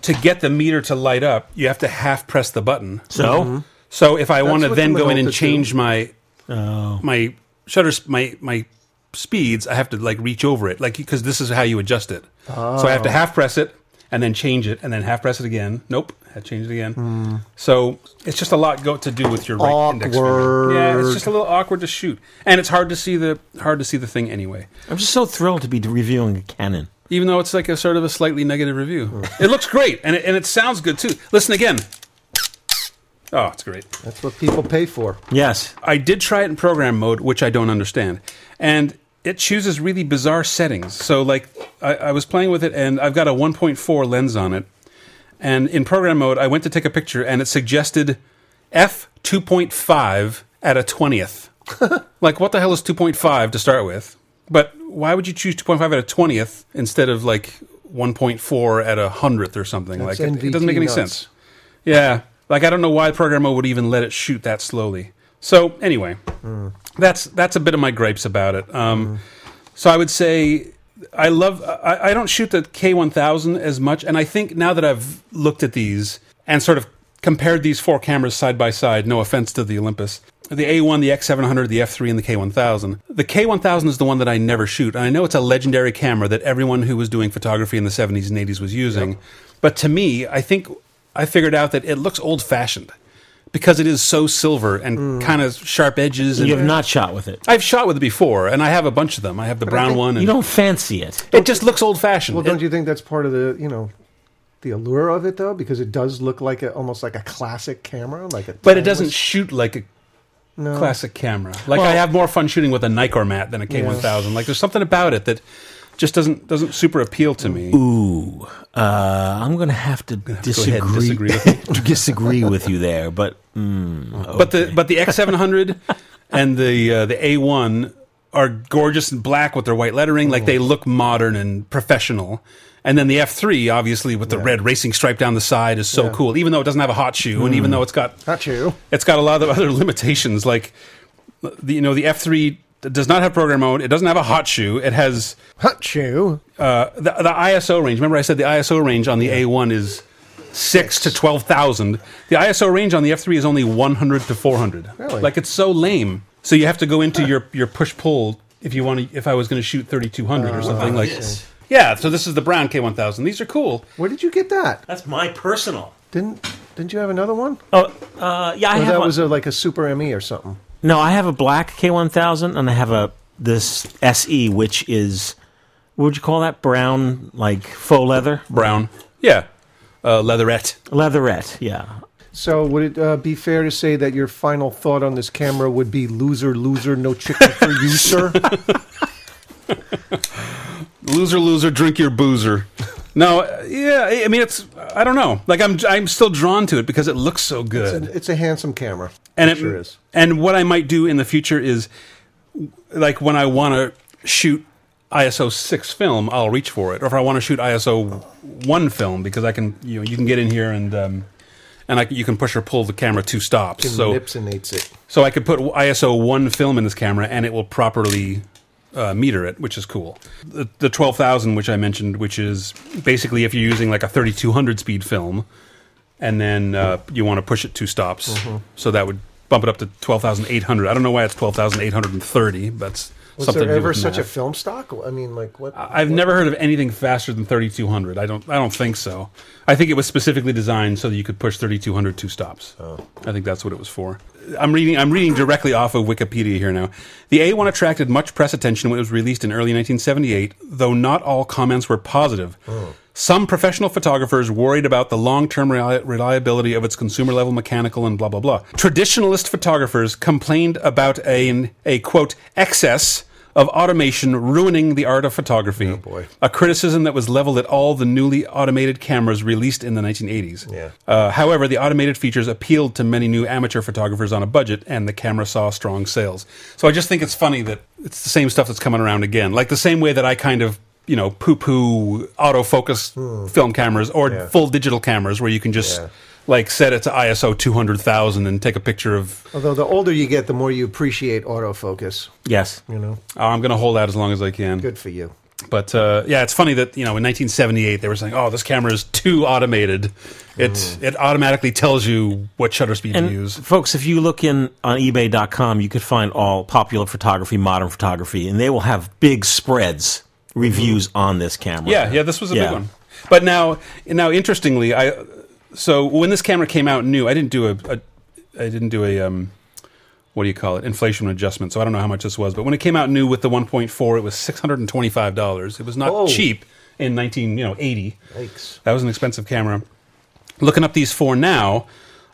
S3: to get the meter to light up, you have to half press the button.
S1: So? Mhm.
S3: so if I
S1: That's
S3: want to
S1: what
S3: then
S1: the
S3: go in and
S1: Minolta do.
S3: change my
S1: Oh.
S3: my shutter sp- my my speeds i have to like reach over it like because this is how you adjust it so i have to
S12: Oh.
S3: half press it and then change it and then half press it again nope i changed it again so it's just a lot go- to do with your right index finger. yeah it's just a little awkward to shoot and it's hard to see the hard to see the thing anyway
S1: I'm just so thrilled to be reviewing a Canon.
S3: even though it's like a sort of a slightly negative review it looks great and it, and it sounds good too listen again oh it's great
S2: That's what people pay for.
S1: Yes.
S3: I did try it in program mode, which I don't understand. And it chooses really bizarre settings. So, like, I, I was playing with it and I've got a 1.4 lens on it. And in program mode, I went to take a picture and it suggested f2.5 at a 20th. like, what the hell is 2.5 to start with? But why would you choose 2.5 at a 20th instead of like 1.4 at a 100th or something?
S2: That's
S3: like, it, it
S2: NVT
S3: doesn't make any
S2: nuts.
S3: sense. Yeah. Like I don't know why the programmer would even let it shoot that slowly. So anyway, that's that's a bit of my gripes about it. Um, So I would say I love I, I don't shoot the K1000 as much, and I think now that I've looked at these and sort of compared these four cameras side by side, no offense to the Olympus, the A1, the X700, the F3, and the K1000. The K1000 is the one that I never shoot, and I know it's a legendary camera that everyone who was doing photography in the 70s and 80s was using. But to me, I think I figured out that it looks old fashioned because it is so silver and kind of sharp edges. And
S1: You have not shot with it.
S3: I've shot with it before, and I have a bunch of them. I have the
S2: I
S3: brown
S2: think
S3: one. And
S1: you don't fancy it.
S3: It just looks old fashioned.
S2: Well, don't you think that's part of the you know the allure of it though? Because it does look like a, almost like a classic camera, like a
S3: but it doesn't
S2: timeless-
S3: shoot like a
S2: No.
S3: classic camera. Like
S2: Well-
S3: I have more fun shooting with a Nikkor mat than a
S2: Yeah.
S3: K1000. Like there's something about it that just doesn't doesn't super appeal to me.
S1: Ooh, uh, I'm going to have to
S3: go ahead and
S1: disagree.
S3: disagree
S1: to disagree with you there, but mm,
S3: But the but the X700 and the uh, the A1 are gorgeous and black with their white lettering. Like they look modern and professional. And then the F3, obviously, with the red racing stripe down the side, is so
S2: Yeah.
S3: cool. Even though it doesn't have a hot shoe, and even
S2: Mm.
S3: though it's got
S2: Not you.
S3: it's got a lot of other limitations like the, you know the f3 does not have program mode it doesn't have a hot shoe it has
S2: hot shoe
S3: uh, the, the iso range remember i said the iso range on the a1 is 6 to 12000 the iso range on the f3 is only 100 to 400
S12: Really?
S3: like it's so lame so you have to go into your, your push pull if you want to if i was going to shoot 3200 or
S12: Oh,
S3: something like
S12: yes.
S3: yeah so this is the brown k1000 these are cool
S2: where did you get that
S1: that's my personal
S2: didn't Didn't you have another one?
S1: Oh, uh, yeah, I
S2: Or
S1: have
S2: that
S1: one.
S2: was a, like a Super ME or something.
S1: No, I have a black K1000 and I have a this SE, which is what would you call that? Brown, like faux leather.
S3: Brown. Yeah. Uh, leatherette.
S1: Leatherette. Yeah.
S2: So would it uh, be fair to say that your final thought on this camera would be loser, loser, no chicken for you, sir?
S3: Loser, loser, drink your boozer. No, uh, yeah, I- I mean it's. I don't know. Like I'm, I'm still drawn to it because it looks so good.
S2: It's a, it's a handsome camera.
S3: and it
S2: sure is.
S3: And what I might do in the future is, like when I want to shoot ISO six film, I'll reach for it. Or if I want to shoot ISO one film, because I can, you know, you can get in here and um, and I, c- you can push or pull the camera two stops.
S2: Jim
S3: so
S2: Nipsonates it.
S3: so I could put ISO one film in this camera, and it will properly uh, meter it, which is cool. The, the twelve thousand, which I mentioned, which is basically if you're using like a thirty two hundred speed film, and then uh, you want to push it two stops,
S2: Mhm.
S3: so that would bump it up to twelve thousand eight hundred. I don't know why it's twelve thousand eight hundred and thirty. That's
S2: Was
S3: something
S2: there
S3: to do
S2: ever
S3: with
S2: such a
S3: math.
S2: film stock? I mean, like what?
S3: I've never heard of anything faster than 3200. I don't. I don't think so. I think it was specifically designed so that you could push 3200 two stops.
S2: Oh.
S3: I think that's what it was for. I'm reading. I'm reading directly off of Wikipedia here now. The A1 attracted much press attention when it was released in early 1978, though not all comments were positive.
S2: Oh.
S3: Some professional photographers worried about the long term reliability of its consumer level mechanical and blah, blah, blah. Traditionalist photographers complained about a, a quote, excess of automation ruining the art of photography. Oh boy. A criticism that was leveled at all the newly automated cameras released in the 1980s.
S2: Yeah.
S3: Uh, however, the automated features appealed to many new amateur photographers on a budget, and the camera saw strong sales. So I just think it's funny that it's the same stuff that's coming around again. Like the same way that I kind of, you know, poo poo autofocus film cameras or
S2: Hmm. Yeah.
S3: full digital cameras where you can just. Like set it to ISO two hundred thousand and take a picture of.
S2: Although the older you get, the more you appreciate autofocus.
S3: Yes,
S2: You know,
S3: "Oh, I'm going to hold out as long as I can.
S2: good for you.
S3: But uh, yeah, it's funny that you know in 1978 they were saying, "Oh, this camera is too automated. It it automatically tells you what shutter speed
S1: And
S3: to use."
S1: folks, if you look in on eBay.com, you could find all popular photography, modern photography, and they will have big spreads reviews on this camera.
S3: Mm-hmm. Yeah, yeah, this was a
S1: Yeah.
S3: big one. But now, now interestingly, I so when this camera came out new, I didn't do a, a I didn't do a um, what do you call it inflation adjustment. So I don't know how much this was, but when it came out new with the 1.4, it was six hundred and twenty five dollars. It was not
S2: Oh.
S3: cheap in 19 you know 80.
S2: Yikes.
S3: That was an expensive camera. Looking up these four now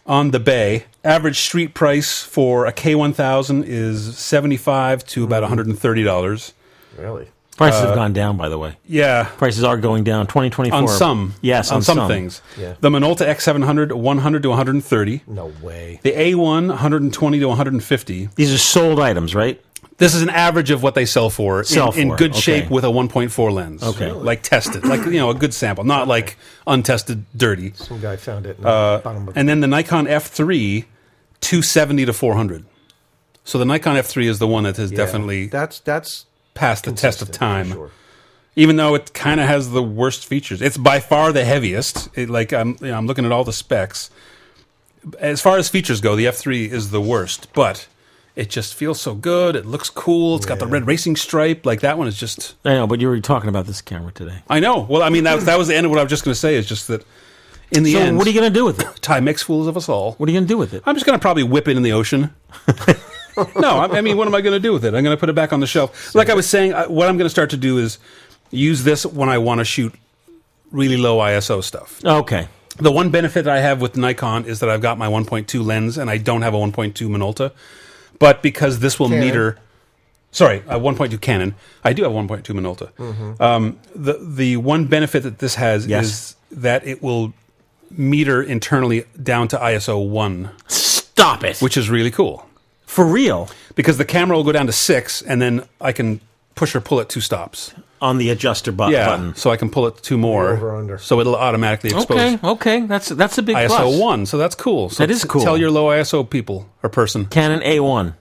S3: on the bay. Average street price for a K1000 is 75 to
S1: Mm-hmm.
S3: about 130 dollars.
S2: Really?
S1: Prices
S3: Uh,
S1: have gone down, by the way.
S3: Yeah,
S1: Prices are going down. 2024.
S3: on some.
S1: Yes, on,
S3: on, some, things.
S1: Yeah.
S3: The Minolta X700 100 to 130.
S2: No way.
S3: The A1 120 to 150.
S1: These are sold items, right?
S3: This is an average of what they sell for in-
S1: Sell
S3: in,
S1: for,
S3: good
S1: okay.
S3: shape with a 1.4 lens.
S1: Okay. Really?
S3: Like tested, like you know, a good sample, not like untested dirty.
S2: Some guy found it. In the bottom
S3: Uh,
S2: of
S3: and then the Nikon F3 270 to 400. So the Nikon F3 is the one that has
S2: Yeah.
S3: definitely
S2: that's that's
S3: passed the test of
S2: consistent, for
S3: time.
S2: sure.
S3: even though it kind of has the worst features. It's by far the heaviest. It, like I'm, you know, I'm looking at all the specs. As far as features go, the F3 is the worst, but it just feels so good. It looks cool. It's got the red racing stripe. Like that one is just.
S1: I know, but you were talking about this camera today.
S3: I know. Well, I mean that that was the end of what I was just going to say. Is just that in the
S1: so
S3: end,
S1: what are you going to do with it?
S3: Ty makes fools of us all.
S1: What are you going to do with it?
S3: I'm just going to probably whip it in the ocean. no, I, I mean, what am I going to do with it? I'm going to put it back on the shelf. Like I was saying, I, what I'm going to start to do is use this when I want to shoot really low ISO stuff.
S1: Okay.
S3: The one benefit that I have with Nikon is that I've got my 1.2 lens and I don't have a 1.2 Minolta. But because this will
S2: Canon.
S3: meter, sorry, a 1.2 Canon, I do have 1.2 Minolta. Um, the the one benefit that this has
S1: Yes.
S3: is that it will meter internally down to ISO one
S1: Stop it.
S3: which is really cool
S1: For real.
S3: because the camera will go down to six, and then I can push or pull it two stops.
S1: On the adjuster bu-
S3: yeah,
S1: button.
S3: so I can pull it two more.
S2: Over, under.
S3: So it'll automatically expose
S1: Okay, okay. That's that's a big
S3: ISO
S1: plus.
S3: one. So that's cool. So
S1: That is
S3: t-
S1: cool.
S3: Tell your low ISO people or person
S1: Canon A1.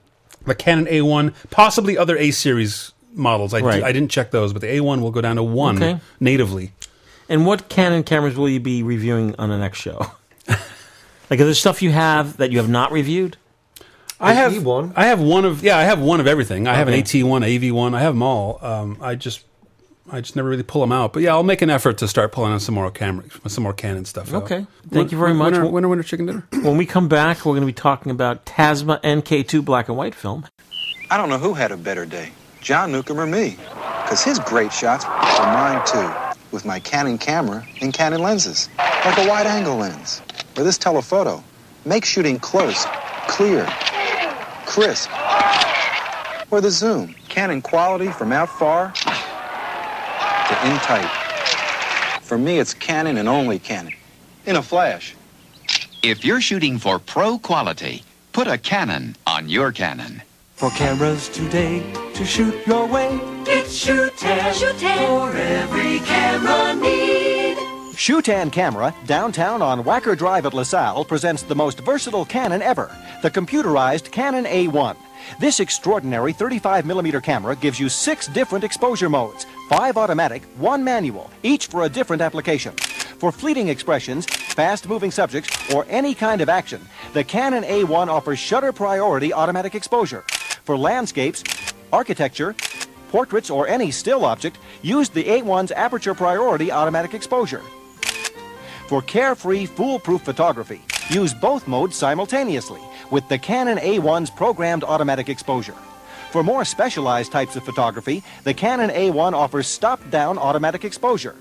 S3: the Canon A1, possibly other A series models. I,
S1: Right.
S3: I didn't check those, but the A1 will go down to one
S1: Okay.
S3: natively.
S1: And what Canon cameras will you be reviewing on the next show? like, are there stuff you have that you have not reviewed?
S3: I have
S2: E1.
S3: I have one of yeah. I have one of everything. I have an
S1: Okay.
S3: AT one, AV one. I have them all. Um, I just I just never really pull them out. But yeah, I'll make an effort to start pulling out some more camera, some more Canon stuff. out.
S1: Okay. Thank
S3: Win-
S1: you very much.
S3: Winner, winner, winner, chicken dinner.
S1: When we come back, we're going to be talking about Tasma and K2 black and white film.
S12: I don't know who had a better day, John Newcomb or me, because his great shots were mine too, with my Canon camera and Canon lenses, like a wide-angle lens, or this telephoto. Make shooting close, clear, crisp, or the zoom. Canon quality from out far to in tight. For me, it's Canon and only Canon. In a flash.
S9: If you're shooting for pro quality, put a Canon on your Canon.
S16: For cameras today to shoot your way, it's Shootan. Shootan. For every camera need.
S17: Shootan Camera, downtown on Wacker Drive at LaSalle, presents the most versatile Canon ever the computerized Canon A1. This extraordinary 35mm camera gives you six different exposure modes five automatic, one manual, each for a different application. For fleeting expressions, fast moving subjects, or any kind of action, the Canon A1 offers shutter priority automatic exposure. For landscapes, architecture, portraits, or any still object, use the A1's aperture priority automatic exposure. For carefree, foolproof photography, use both modes simultaneously with the Canon A1's programmed automatic exposure. For more specialized types of photography, the Canon A1 offers stop down automatic exposure.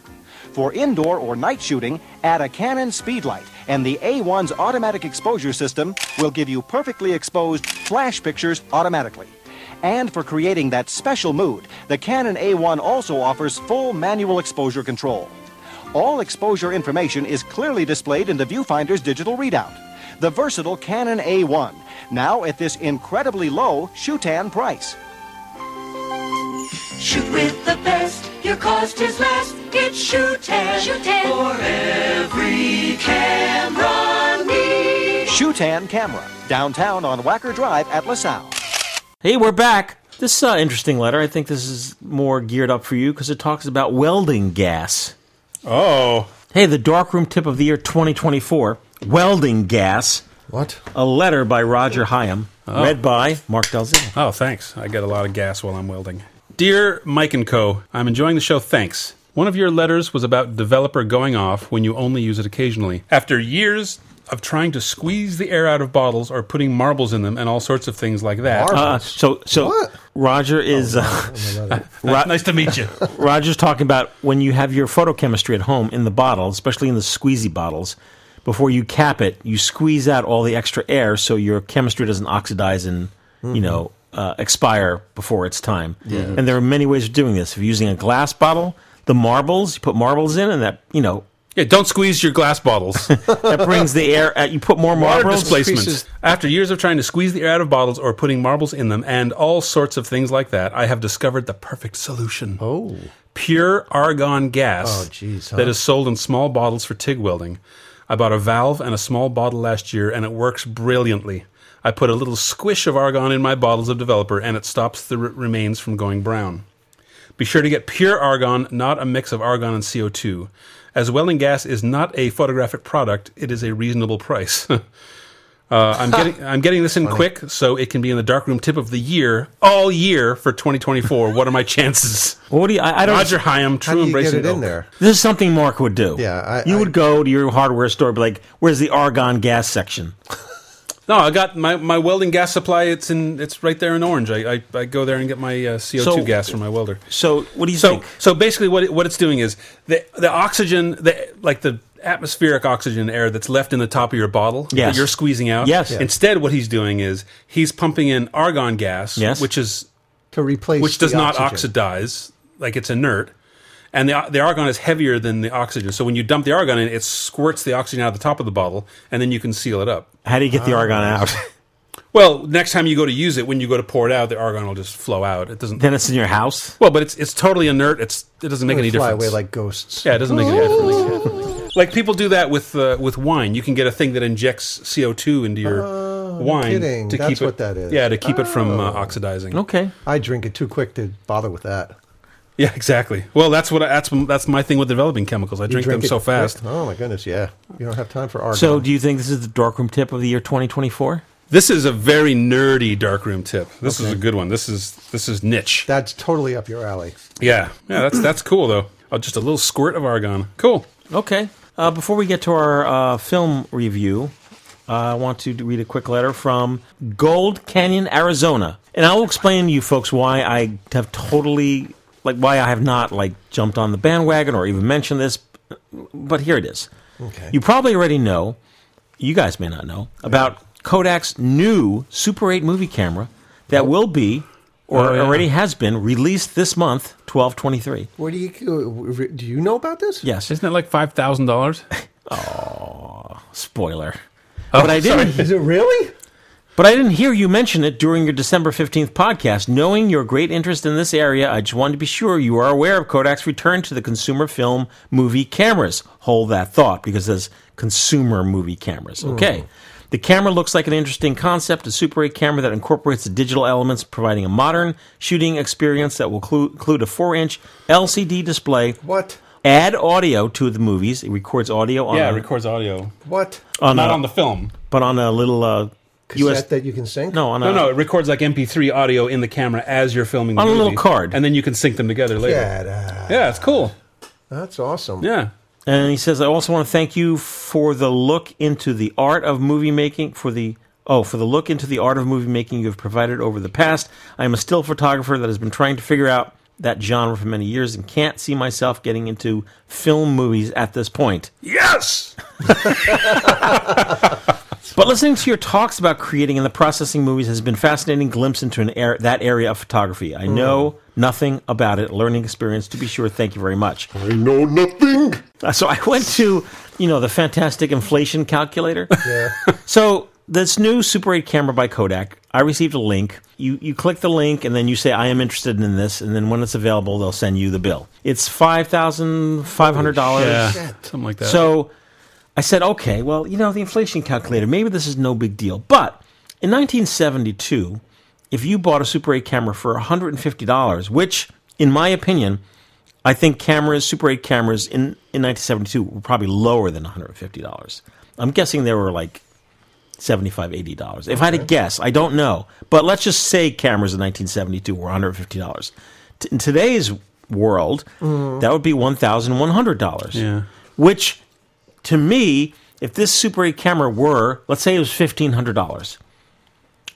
S17: For indoor or night shooting, add a Canon speedlight, and the A1's automatic exposure system will give you perfectly exposed flash pictures automatically. And for creating that special mood, the Canon A1 also offers full manual exposure control. All exposure information is clearly displayed in the viewfinder's digital readout. The versatile Canon A1, now at this incredibly low Shutan price.
S16: Shoot with the best, your cost is less. It's Shootan. Shootan. For every camera need.
S17: Shutan Camera, downtown on Wacker Drive at LaSalle.
S1: Hey, we're back. This uh, interesting letter. I think this is more geared up for you because it talks about welding gas.
S3: Oh.
S1: Hey, the darkroom tip of the year 2024 welding gas.
S2: What?
S1: A letter by Roger Hyam,
S3: Oh.
S1: read by Mark Dalzell.
S3: Oh, thanks. I get a lot of gas while I'm welding. Dear Mike and Co., I'm enjoying the show. Thanks. One of your letters was about developer going off when you only use it occasionally. After years of trying to squeeze the air out of bottles or putting marbles in them and all sorts of things like that.
S1: Uh, so, so Roger is. uh, Ro-
S3: nice to meet you.
S1: Roger's talking about when you have your photochemistry at home in the bottle, especially in the squeezy bottles. Before you cap it, you squeeze out all the extra air so your chemistry doesn't oxidize and you know uh, expire before its time.
S18: Yeah.
S1: And there are many ways of doing this. If you're using a glass bottle, the marbles you put marbles in, and that you know.
S3: Yeah, don't squeeze your glass bottles.
S1: that brings the air. Out. You put more
S3: Water
S1: marbles.
S3: displacement. After years of trying to squeeze the air out of bottles or putting marbles in them and all sorts of things like that, I have discovered the perfect solution.
S2: Oh.
S3: Pure argon gas
S2: Oh, jeez, huh?
S3: that is sold in small bottles for TIG welding. I bought a valve and a small bottle last year and it works brilliantly. I put a little squish of argon in my bottles of developer and it stops the re- remains from going brown. Be sure to get pure argon, not a mix of argon and CO2. As welding gas is not a photographic product, it is a reasonable price. uh, I'm getting I'm getting this in
S2: Funny.
S3: quick, so it can be in the darkroom tip of the year, all year for 2024. what are my chances?
S1: What do you, I, I don't
S3: Roger Hyam,
S1: How
S3: true
S1: do you get
S3: embracing
S1: it in
S3: Oak.
S1: there? This is something Mark would do. Yeah, you would go to your hardware store, be like, "Where's the argon gas section?"
S3: No, I got my, my welding gas supply. It's in it's right there in Orange. I, I, I go there and get my uh, CO2
S1: So-
S3: gas from my welder.
S1: So what do you
S3: so,
S1: think?
S3: So basically, what it, what it's doing is the the oxygen, the like the atmospheric oxygen air that's left in the top of your bottle
S1: Yes.
S3: that you're squeezing out.
S1: Yes. Yeah.
S3: Instead, what he's doing is he's pumping in argon gas,
S1: Yes.
S3: which is
S2: to replace
S3: which does
S2: the
S3: not
S2: oxygen.
S3: oxidize, like it's inert. And the, the argon is heavier than the oxygen. So when you dump the argon in, it squirts the oxygen out of the top of the bottle, and then you can seal it up.
S1: How do you get the argon out?
S3: Well, next time you go to use it, when you go to pour it out, the argon will just flow out. It doesn't.
S1: then it's in your house.
S3: Well, but it's it's totally inert. It's it doesn't make
S2: They
S3: any
S2: fly
S3: difference.
S2: away like ghosts.
S3: Yeah, it doesn't make any difference. Like people do that with uh, with wine. You can get a thing that injects CO two into your wine
S2: Oh, kidding.
S3: to
S2: That's
S3: keep it,
S2: what that is. Oh.
S3: Yeah, to keep it from uh, oxidizing.
S1: Okay.
S2: I drink it too quick to bother with that.
S3: Yeah, exactly. Well, that's what I, that's that's my thing with developing chemicals. I
S2: You
S3: drink, them
S2: it
S3: so
S2: quick.
S3: fast.
S2: Oh my goodness, yeah. You don't have time for argon.
S1: So, do you think this is the darkroom tip of the year 2024?
S3: This is a very nerdy darkroom tip. This is a good one. This is this is niche.
S2: That's totally up your alley.
S3: Yeah, yeah, that's that's cool though. Oh, just a little squirt of argon. Cool.
S1: Okay. Uh, before we get to our uh, film review, uh, I want to read a quick letter from Gold Canyon, Arizona, and I will explain to you folks why I have totally like why I have not like jumped on the bandwagon or even mentioned this. But here it is.
S16: Okay.
S1: You probably already know. You guys may not know about Kodak's new Super 8 movie camera that will be or
S2: Oh, yeah.
S1: already has been released this month, 1223.
S2: What do you uh, do? You know about this?
S1: Yes.
S3: Isn't it like five thousand dollars?
S1: Oh, spoiler.
S3: Oh,
S1: but I didn't.
S3: sorry.
S2: Is it really?
S1: But I didn't hear you mention it during your December 15th podcast. Knowing your great interest in this area, I just wanted to be sure you are aware of Kodak's return to the consumer film movie cameras. Hold that thought because there's consumer movie cameras.
S3: Hmm.
S1: Okay. The camera looks like an interesting concept, a Super 8 camera that incorporates the digital elements, providing a modern shooting experience that will clu- include a 4 inch LCD display.
S2: What?
S1: Add audio to the movies. It records audio on
S3: yeah,
S1: a-
S3: it records audio.
S2: What?
S3: Not
S1: a-
S3: on the film.
S1: but on a little uh,
S2: Cassette that you can sync?
S1: No, on a,
S3: No, no, it records like MP3 audio in the camera as you're filming the
S1: On a
S3: movie.
S1: little card.
S3: and then you can sync them together later.
S1: Get
S3: yeah, it's cool.
S2: That's awesome.
S3: Yeah.
S1: And he says, I also want to thank you for the look into the art of movie making, for the oh, for the look into the art of movie making you have provided over the past. I am a still photographer that has been trying to figure out that genre for many years and can't see myself getting into film movies at this point.
S3: Yes.
S1: But listening to your talks about creating and the processing movies has been fascinating glimpse into an air, that area of photography. I know nothing about it. Learning experience, to be sure. Thank you very much. I know nothing. Uh, So I went to, you know, the fantastic inflation calculator.
S2: Yeah.
S1: so this new Super 8 camera by Kodak, I received a link. You you click the link and then you say I am interested in this, and then when it's available, they'll send you the bill. It's five thousand five hundred dollars.
S3: Yeah, something like that.
S1: Oh, So I said, okay, well, you know, the inflation calculator, maybe this is no big deal. But in 1972, if you bought a Super 8 camera for $150, which, in my opinion, I think cameras, Super 8 cameras in, in 1972 were probably lower than $150. I'm guessing they were like 75 $80. If I had to
S18: Okay.
S1: guess, I don't know. But let's just say cameras in 1972 were $150. T- in today's world,
S18: Mm.
S1: that would be $1,100.
S3: Yeah.
S1: Which, to me, if this Super 8 camera were, let's say it was $1,500.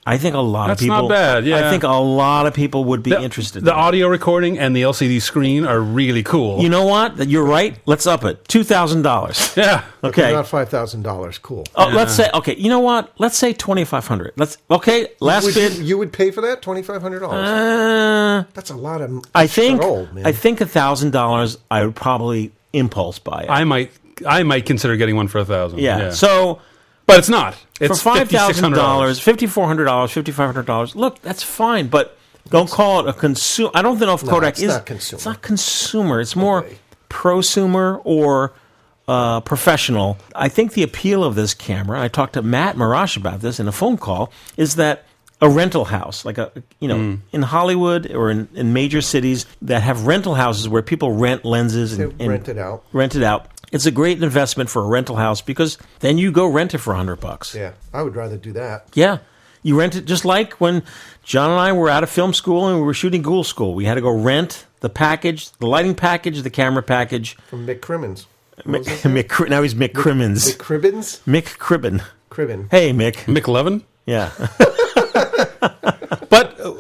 S1: I think a lot
S3: That's
S1: of people.
S3: not bad, yeah.
S1: I think a lot of people would be
S3: The-
S1: interested.
S3: The audio recording and the LCD screen are really cool.
S1: You know what? That You're right. Let's up it. Two thousand dollars.
S3: Yeah.
S1: Okay.
S2: Not five thousand dollars. Cool.
S1: Oh, Let's say okay. You know what? Let's say twenty five hundred. Let's okay. Last
S2: Would
S1: bid.
S2: You, you would pay for that twenty five hundred dollars.
S1: Uh,
S2: That's a lot of.
S1: I think.
S2: control, man.
S1: I think a thousand dollars. I would probably impulse buy it.
S3: I might I might consider getting one for a thousand.
S1: Yeah. So,
S3: but it's not. It's
S1: for five thousand
S3: $5,600.
S1: dollars, fifty four hundred dollars, fifty five hundred dollars. Look, that's fine, but don't call it a consumer. I don't know if
S2: No,
S1: Kodak
S2: it's
S1: is
S2: not consumer.
S1: It's not consumer. It's more prosumer or uh, professional. I think the appeal of this camera. I talked to Matt Marash about this in a phone call. Is that a rental house, like a you know,
S2: Mm.
S1: in Hollywood or in, in major cities that have rental houses where people rent lenses and,
S2: They
S1: and
S2: rent it out.
S1: Rent it out. It's a great investment for a rental house because then you go rent it for hundred bucks.
S2: Yeah, I would rather do that.
S1: Yeah. You rent it just like when John and I were out of film school and we were shooting Ghoul School. We had to go rent the package, the lighting package, the camera package.
S2: From Mick Crimmins.
S1: Mick, Mick, Cri- now he's Mick Crimmins.
S2: Mick Cribbins?
S1: Mick Cribbin.
S2: Cribbin.
S1: Hey, Mick.
S3: Mick Levin?
S1: Yeah.
S3: But uh,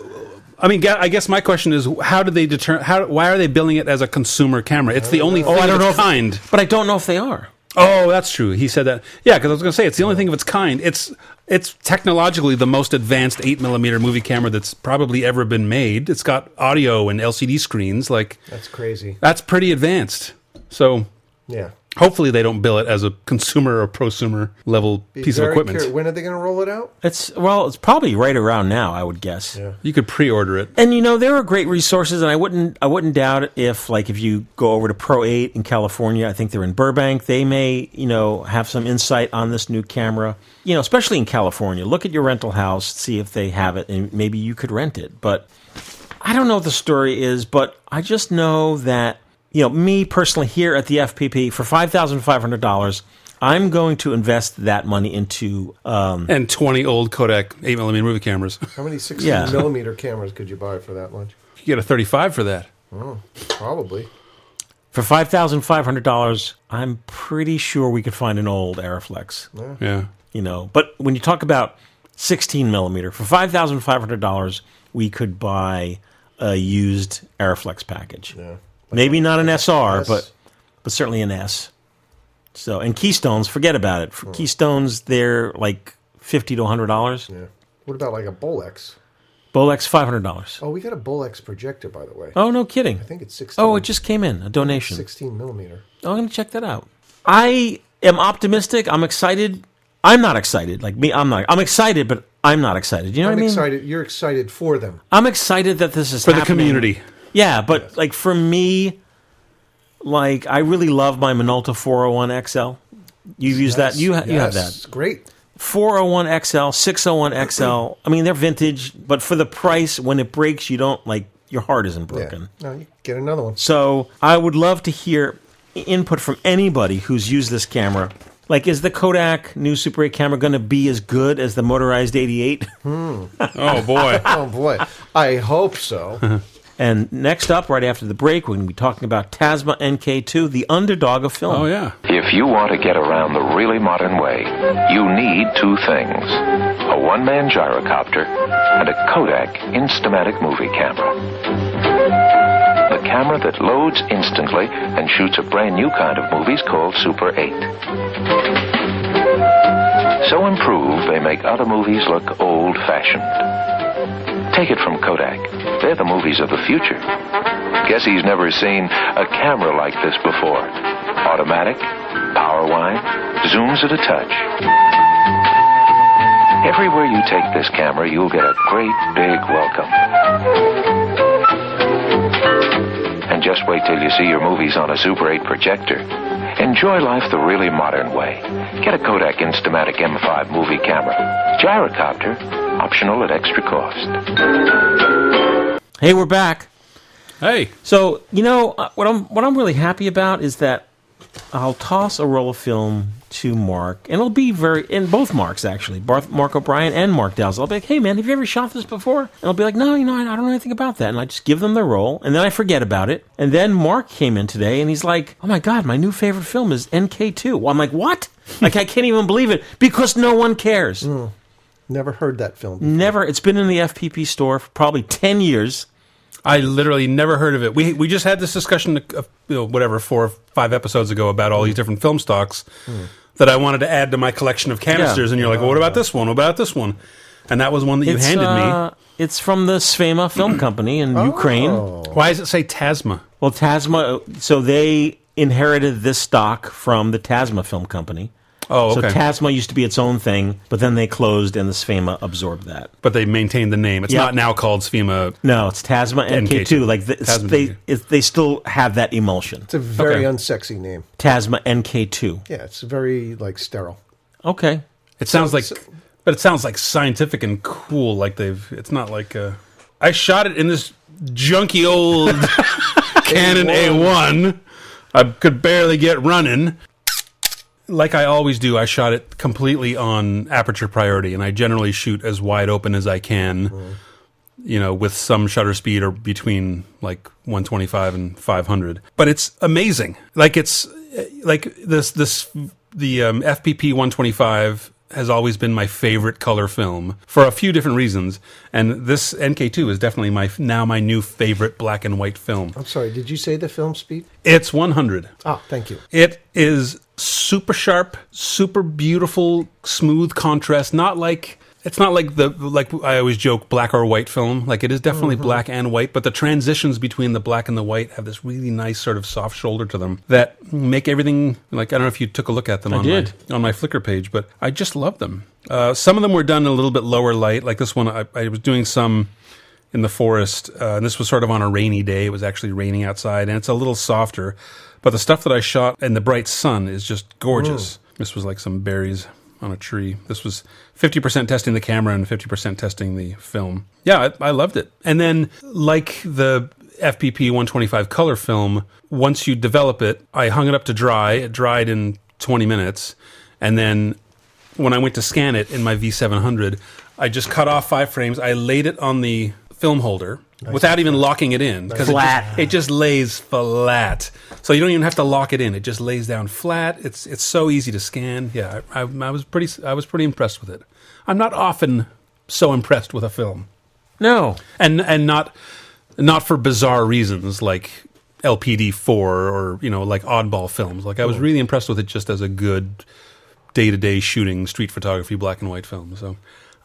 S3: I mean, gu- I guess my question is, how do they determine? How why are they billing it as a consumer camera? It's the only
S1: Oh,
S3: thing
S1: I don't
S3: of
S1: know
S3: its
S1: if-
S3: kind.
S1: but I don't know if they are.
S3: Oh, that's true. He said that. Yeah, because I was going to say it's the only thing of its kind. It's it's technologically the most advanced eight millimeter movie camera that's probably ever been made. It's got audio and LCD screens. Like
S2: That's crazy.
S3: that's pretty advanced. So
S2: Yeah.
S3: hopefully they don't bill it as a consumer or prosumer level
S2: Be
S3: piece of
S2: very
S3: equipment.
S2: curi- When are they going to roll it out?
S1: It's well, it's probably right around now, I would guess.
S3: You could pre-order it.
S1: And you know there are great resources, and I wouldn't I wouldn't doubt if like if you go over to Pro Eight in California, I think they're in Burbank. They may you know have some insight on this new camera. You know, especially in California, look at your rental house, see if they have it, and maybe you could rent it. But I don't know what the story is, but I just know that you know me personally here at the FPP for five thousand five hundred dollars, I'm going to invest that money into um,
S3: and twenty old Kodak eight millimeter movie cameras.
S2: How many 16
S1: Yeah.
S2: millimeter cameras could you buy for that much?
S3: You get a thirty five for that.
S2: Oh, probably.
S1: for five thousand five hundred dollars. I'm pretty sure we could find an old Aeroflex.
S2: Yeah.
S3: Yeah.
S1: you know. But when you talk about sixteen millimeter for five thousand five hundred dollars, we could buy a used Aeroflex package.
S2: Yeah.
S1: Maybe not an SR,
S2: S.
S1: but but certainly an S. So and Keystones, forget about it. For
S2: Hmm.
S1: Keystones, they're like fifty to hundred dollars.
S2: Yeah. What about like a Bolex?
S1: Bolex five hundred dollars.
S2: Oh, we got a Bolex projector, by the way.
S1: Oh no, kidding!
S2: I think it's 16.
S1: Oh, it just came in a donation.
S2: 16 millimeter.
S1: I'm going to check that out. I am optimistic. I'm excited. I'm not excited. Like me, I'm not. I'm excited, but I'm not excited. You know
S2: I'm
S1: what I mean? Uh,
S2: excited. You're excited for them.
S1: I'm excited that this is
S3: For the
S1: happening.
S3: community.
S1: Yeah, but like for me, like I really love my Minolta 401 XL. You use that. You ha- you have
S2: Yes,
S1: that.
S2: Great.
S1: 401 XL, 601 XL. I mean, they're vintage, but for the price, when it breaks, you don't like your heart isn't broken.
S2: No, you get another one.
S1: So I would love to hear input from anybody who's used this camera. Like, is the Kodak new Super 8 camera going to be as good as the motorized 88?
S3: Oh boy.
S2: oh boy. I hope so.
S1: and next up, right after the break, we're going to be talking about Tasma NK2, the underdog of film.
S3: Oh yeah.
S18: If you want to get around the really modern way, you need two things a one man gyrocopter and a Kodak Instamatic movie camera. The camera that loads instantly and shoots a brand new kind of movies called Super 8. So improved, they make other movies look old fashioned. Take it from Kodak. They're the movies of the future. Guess he's never seen a camera like this before. Automatic, power wide, zooms at a touch. Everywhere you take this camera, you'll get a great big welcome. And just wait till you see your movies on a Super 8 projector. Enjoy life the really modern way. Get a Kodak Instamatic M5 movie camera. Gyrocopter, optional at extra cost.
S1: Hey, we're back.
S3: Hey.
S1: So you know uh, what I'm what I'm really happy about is that I'll toss a roll of film to Mark, and it'll be very and both Marks actually, Barth, Mark O'Brien and Mark Dowsell. I'll be like, "Hey man, have you ever shot this before?" And I'll be like, "No, you know, I, I don't know anything about that." And I just give them the roll, and then I forget about it. And then Mark came in today, and he's like, "Oh my god, my new favorite film is NK2." Well, I'm like, "What?" like I can't even believe it because no one cares.
S2: Never heard that film.
S1: Never. It's been in the FPP store for probably ten years.
S3: I literally never heard of it. We we just had this discussion, uh, you know, whatever, four or five episodes ago about
S1: Mm-hmm.
S3: all these different film stocks that I wanted to add to my collection of canisters,
S1: Yeah.
S3: and you're like, well, what about this one? What about this one? And that was one that you handed
S1: uh, It's from the Svema Film Company in Ukraine.
S3: me. Why does it say Tasma?
S1: Well, Tasma. So they inherited this stock from the Tasma Film Company.
S3: Oh,
S1: So
S3: okay.
S1: Tasma used to be its own thing, but then they closed, and the Svema absorbed that.
S3: But they maintained the name. It's
S1: Yeah.
S3: not now called Svema.
S1: No, it's Tasma NK2.
S3: NK2.
S1: Like the, it's-
S3: Tasma
S1: they,
S3: NK2.
S1: it's they still have that emulsion.
S2: It's a very
S3: Okay.
S2: unsexy name.
S1: Tasma NK2.
S2: Yeah, it's very like sterile.
S1: Okay.
S3: It sounds like, but it sounds like scientific and cool. Like they've. It's not like uh, I shot it in this junky old Canon A1. I could barely get running. Like I always do, I shot it completely on aperture priority, and I generally shoot as wide open as I can. You know, with some shutter speed or between like 125 and 500. But it's amazing. Like it's like this this the um, FPP 125 has always been my favorite color film for a few different reasons, and this NK2 is definitely my now my new favorite black and white film.
S2: I'm sorry, did you say the film speed?
S3: It's 100.
S2: Ah, thank you.
S3: It is super sharp, super beautiful, smooth contrast. Not like it's not like the like I always joke black or white film. Like it is definitely
S1: Mm-hmm.
S3: black and white, but the transitions between the black and the white have this really nice sort of soft shoulder to them that make everything like I don't know if you took a look at them
S1: I
S3: on
S1: did.
S3: My, on my Flickr page, but I just love them. Uh, some of them were done in a little bit lower light, like this one. I, I was doing some in the forest, uh, and this was sort of on a rainy day. It was actually raining outside, and it's a little softer. But the stuff that I shot in the bright sun is just gorgeous. This was like some berries on a tree. This was 50% testing the camera and 50% testing the film. Yeah, I, I loved it. And then, like the FPP 125 color film, once you develop it, I hung it up to dry. It dried in 20 minutes. And then when I went to scan it in my V700, I just cut off five frames. I laid it on the film holder without even locking it in because it,
S1: Flat.
S3: just- it just lays flat. So you don't even have to lock it in. It just lays down flat. It's it's so easy to scan. Yeah, I, I, I was pretty I was pretty impressed with it. I'm not often so impressed with a film.
S1: No,
S3: and and not not for bizarre reasons like LPD four or you know like oddball films. Like I was really impressed with it just as a good day to day shooting street photography black and white film. So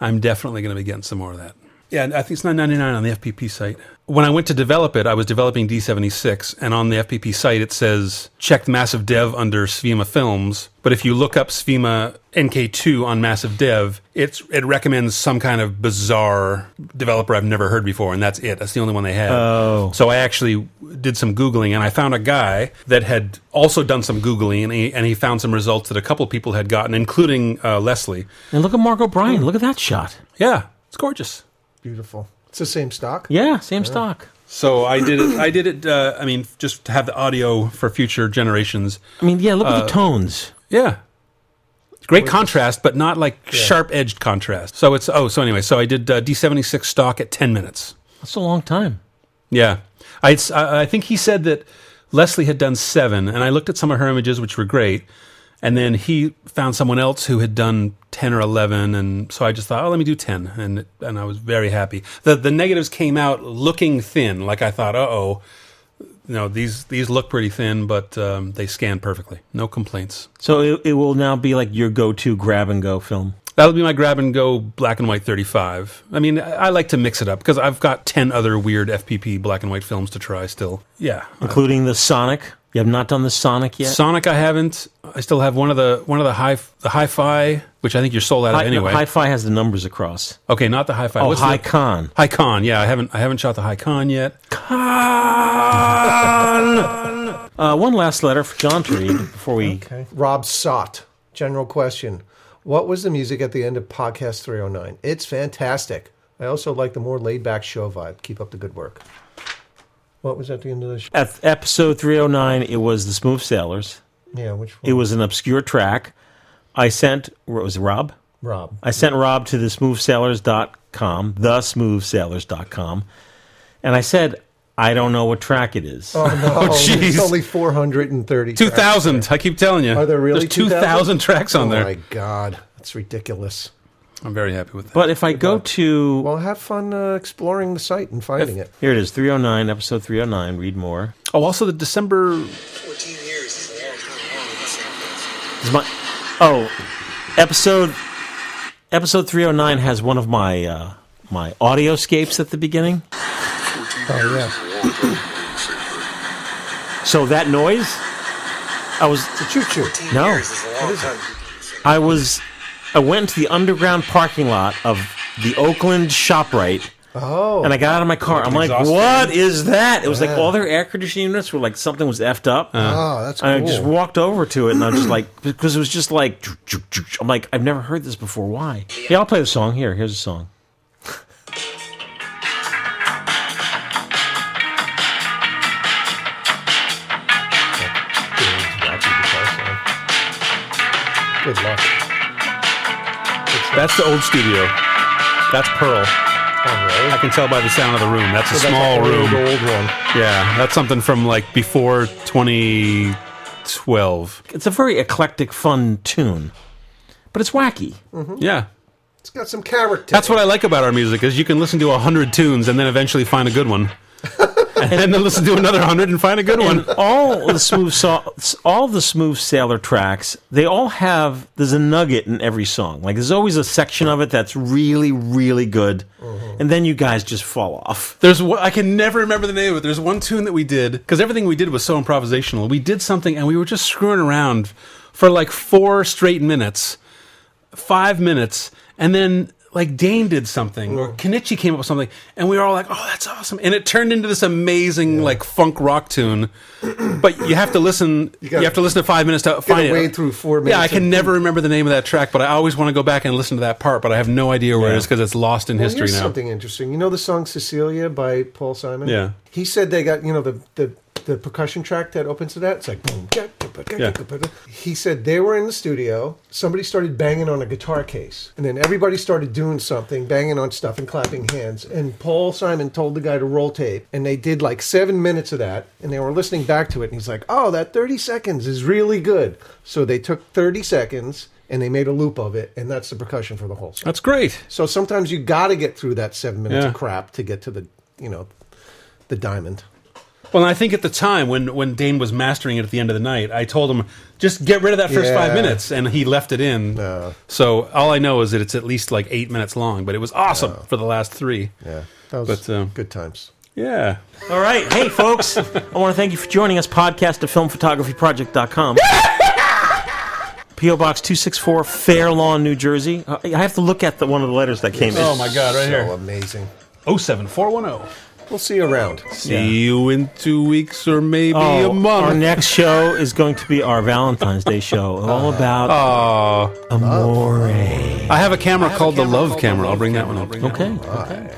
S3: I'm definitely going to be getting some more of that. Yeah, and I think it's 999 on the FPP site. When I went to develop it, I was developing D76, and on the FPP site it says checked Massive Dev under Svima Films. But if you look up Svima NK2 on Massive Dev, it's it recommends some kind of bizarre developer I've never heard before, and that's it. That's the only one they have.
S1: Oh.
S3: So I actually did some googling, and I found a guy that had also done some googling, and he, and he found some results that a couple people had gotten, including uh, Leslie.
S1: And look at Mark O'Brien. Look at that shot.
S3: Yeah, it's gorgeous.
S2: Beautiful. It's the same stock.
S1: Yeah, same stock.
S3: So I did it. I did it. Uh, I mean, just to have the audio for future generations.
S1: I mean, yeah, look at the
S3: Uh,
S1: tones.
S3: Yeah. Great contrast, but not like sharp edged contrast. So it's oh, so anyway, so I did uh, D76 stock at 10 minutes.
S1: That's a long time.
S3: Yeah, I, it's- I I think he said that Leslie had done seven, and I looked at some of her images, which were great. And then he found someone else who had done ten or eleven, and so I just thought, oh, let me do ten, and it- and I was very happy. the The negatives came out looking thin, like I thought, uh oh, no, these these look pretty thin, but um, they scan perfectly, no complaints.
S1: So it, it will now be like your go-to grab and go film.
S3: That'll be my grab and go black and white 35. I mean, I I like to mix it up because I've got 10 other weird FPP black and white films to try still. Yeah.
S1: including the Sonic. You have not done the Sonic yet.
S3: Sonic, I haven't. I still have one of the one of the high the hi-fi, which I think you're sold out of
S1: Hi- no,
S3: anyway.
S1: Hi-Fi has the numbers across.
S3: okay, not the hi-fi.
S1: Oh,
S3: What's the-
S1: Hi-Con.
S3: Hi-Con. Yeah, I haven't I haven't shot the hi-con yet.
S1: Uh, one last letter for John to read before we.
S2: Okay. Rob Sott, general question. What was the music at the end of podcast 309? It's fantastic. I also like the more laid back show vibe. Keep up the good work. What was at the end of the show?
S1: At episode 309, it was the Smooth Sailors.
S2: Yeah, which
S1: It was an obscure track. I sent, what was it, Rob?
S2: Rob.
S1: I sent Rob to the smoothsailors.com, thesmoothsailors.com, and I said, I don't know what track it is.
S2: Oh, no.
S3: Oh,
S2: It's
S3: jeez.
S2: only 430. tracks.
S3: 2000. I keep telling you.
S2: Are there really
S3: There's 2000 tracks on
S2: oh
S3: there.
S2: my God. That's ridiculous.
S3: I'm very happy with that.
S1: But if I go to.
S2: Well, have fun uh, exploring the site and finding it.
S1: Here it is, 309, episode 309. Read more.
S3: Oh, also the December
S1: Is my oh episode episode three hundred nine has one of my uh, my audioscapes at the beginning.
S2: Oh,
S1: So that noise, I was
S2: choo choo.
S1: No, I was I went to the underground parking lot of the Oakland Shoprite.
S2: Oh.
S1: And I got out of my car. I'm like,
S3: Exhaust
S1: what
S3: fan.
S1: is that? It was like
S3: Yeah.
S1: all their air conditioning units were like something was effed up.
S2: Oh, that's
S1: And I just
S2: cool.
S1: walked over to it and I'm just like, because it was just like, "Choo, choo, choo, choo." I'm like, I've never heard this before. Why? Yeah, I'll play the song. Here, here's a song.
S2: Good luck.
S3: That's the old studio. That's Pearl. I can tell by the sound of the room. That's a
S2: So Oh, that's
S3: small
S2: like the
S3: room.
S2: old one.
S3: Yeah, that's something from like before 2012.
S1: It's a very eclectic, fun tune, but it's wacky.
S3: Yeah.
S2: It's got some character.
S3: That's what I like about our music is you can listen to a hundred tunes and then eventually find a good one, and then listen to another hundred and find a good one.
S1: And all the smooth sa- all the smooth sailor tracks, they all have there's a nugget in every song. Like there's always a section of it that's really, really good,
S3: Mm-hmm.
S1: and then you guys just fall off.
S3: There's one, I can never remember the name of it. There's one tune that we did because everything we did was so improvisational. We did something and we were just screwing around for like four straight minutes, five minutes, and then like Dane did something or Kenichi came up with something, and we were all like, "Oh, that's awesome!" And it turned into this amazing like funk rock tune. but you have to listen. You,
S2: gotta-
S3: have to listen to five minutes to
S2: Get
S3: find
S2: away
S3: it.
S2: through four minutes.
S3: Yeah, I can
S2: of-
S3: never remember the name of that track, but I always want to go back and listen to that part. But I have no idea where it
S1: Yeah.
S3: is because it's lost in
S2: Well,
S3: history
S2: here's
S3: now.
S2: something interesting. You know the song Cecilia by Paul Simon?
S3: Yeah.
S2: He said they got, you know, the the, the percussion track that opens to that. It's like boom, ja, ja,
S3: Yeah.
S2: He said they were in the studio. Somebody started banging on a guitar case, and then everybody started doing something, banging on stuff and clapping hands. And Paul Simon told the guy to roll tape, and they did like seven minutes of that, and they were listening back to it. And he's like, "Oh, that thirty seconds is really good." So they took thirty seconds. And they made a loop of it, and that's the percussion for the whole song.
S3: That's great.
S2: So sometimes you got to get through that seven minutes
S3: Yeah.
S2: of crap to get to the, you know, the diamond.
S3: Well, I think at the time when when Dane was mastering it at the end of the night, I told him just get rid of that first
S2: Yeah.
S3: five minutes, and he left it in. So all I know is that it's at least like eight minutes long, but it was awesome for the last three.
S2: Yeah, that was
S3: um,
S2: good times.
S3: Yeah.
S1: All right. Hey, folks. I want to thank you for joining us, podcast at filmphotographyproject.com. P.O. Box 264, Fair Lawn, New Jersey. Uh, I have to look at the, one of the letters that came in.
S3: Oh my God! Right
S2: So
S3: here.
S2: amazing.
S3: Oh seven four one zero.
S2: We'll see you around.
S3: See you in two weeks or maybe
S1: Oh,
S3: a month.
S1: Our next show is going to be our Valentine's Day show, all
S3: Uh,
S1: about amore.
S3: I have a camera called the Love Camera. I'll bring that one up.
S1: Okay. All right.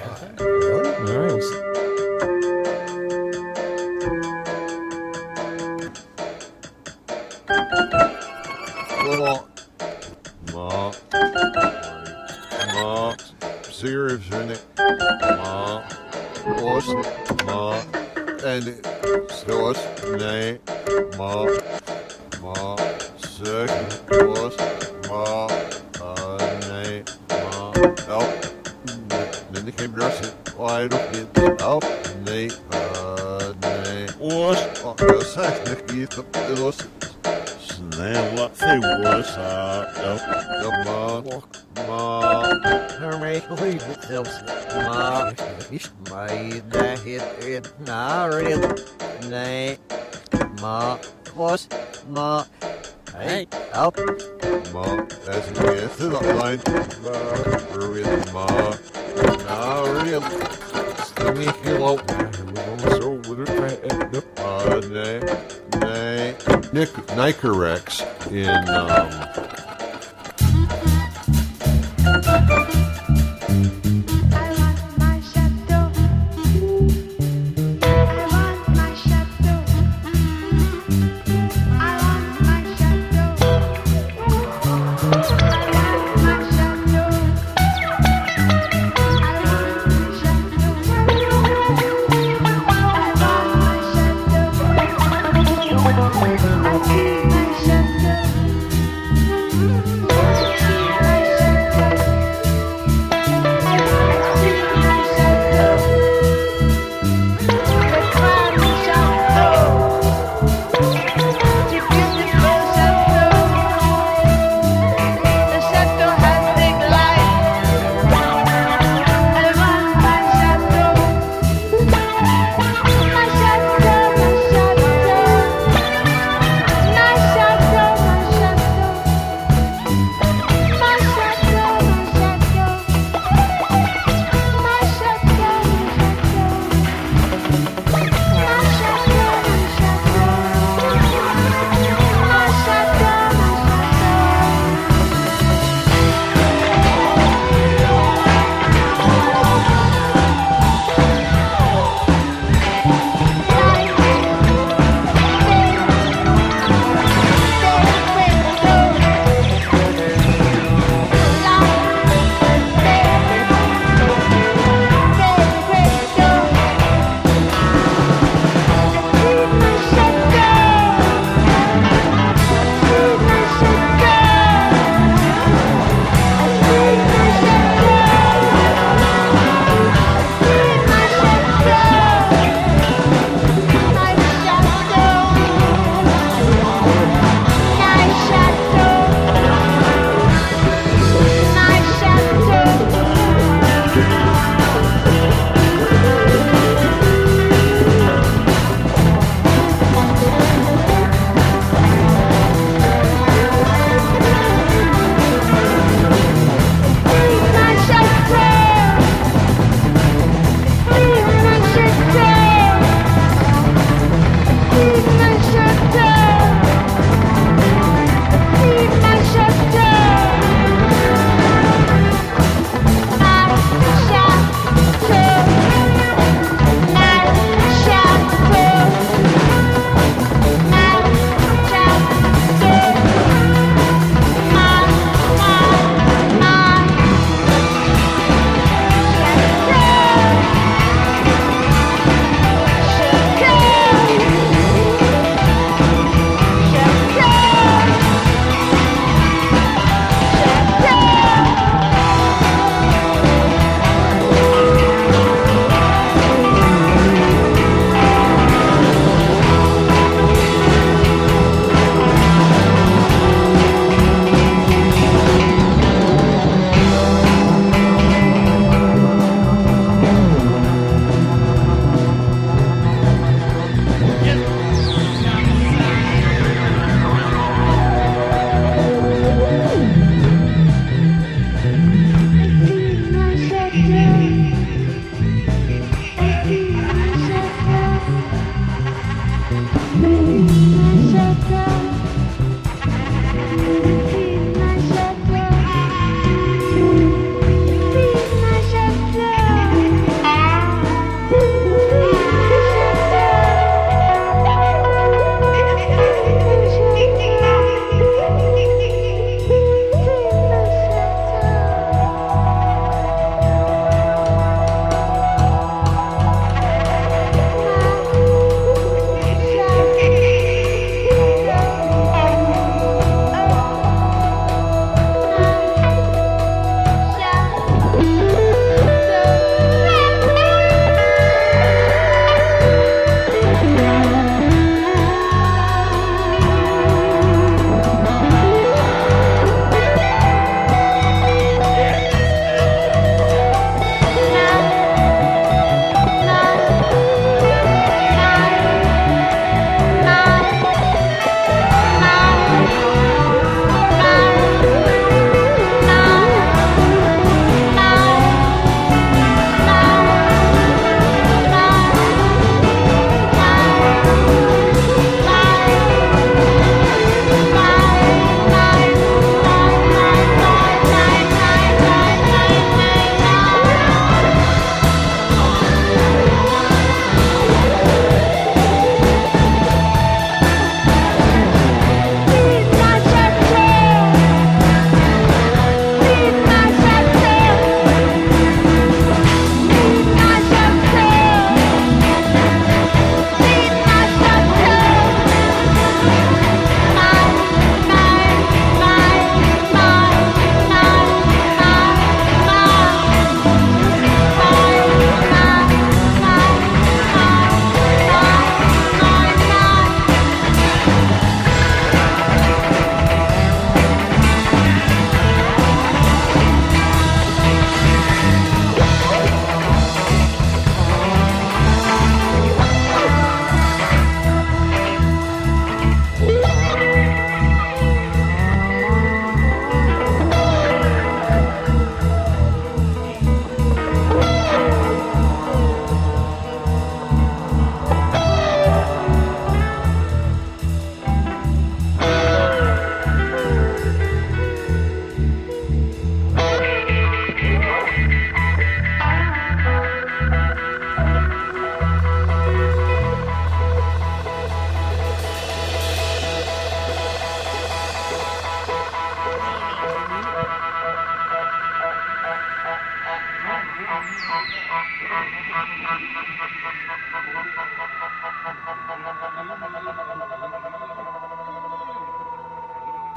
S19: Well, ma, ma, seriously, ma, was, ma, and source, nay, ma, ma, sick, was, ma, uh, nay, ma, help, then they came dressing, wide up, it, help, nay, uh, nay, was, uh, sack, nicky, the, it was, Snälla Forsa, öppna mamma.
S20: Hör mig skyldigtelsma. Mig det hit ett narit. Nej. Ma. Hos. Ma. Hej. Upp.
S19: Ma, as we get to the line, with ma, now real. Skinny hello, so with the uh, nay, nay, Nick, Nicorex in, um,
S16: I want my shadow.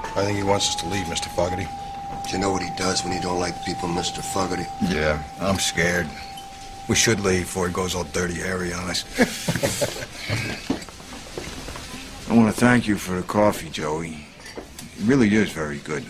S21: I think he wants us to leave, Mr. Fogarty. Do you know what he does when you don't like people, Mr. Fogarty?
S9: Yeah, I'm scared.
S21: We should leave before he goes all dirty hairy on us.
S9: I want to thank you for the coffee, Joey. It really is very good.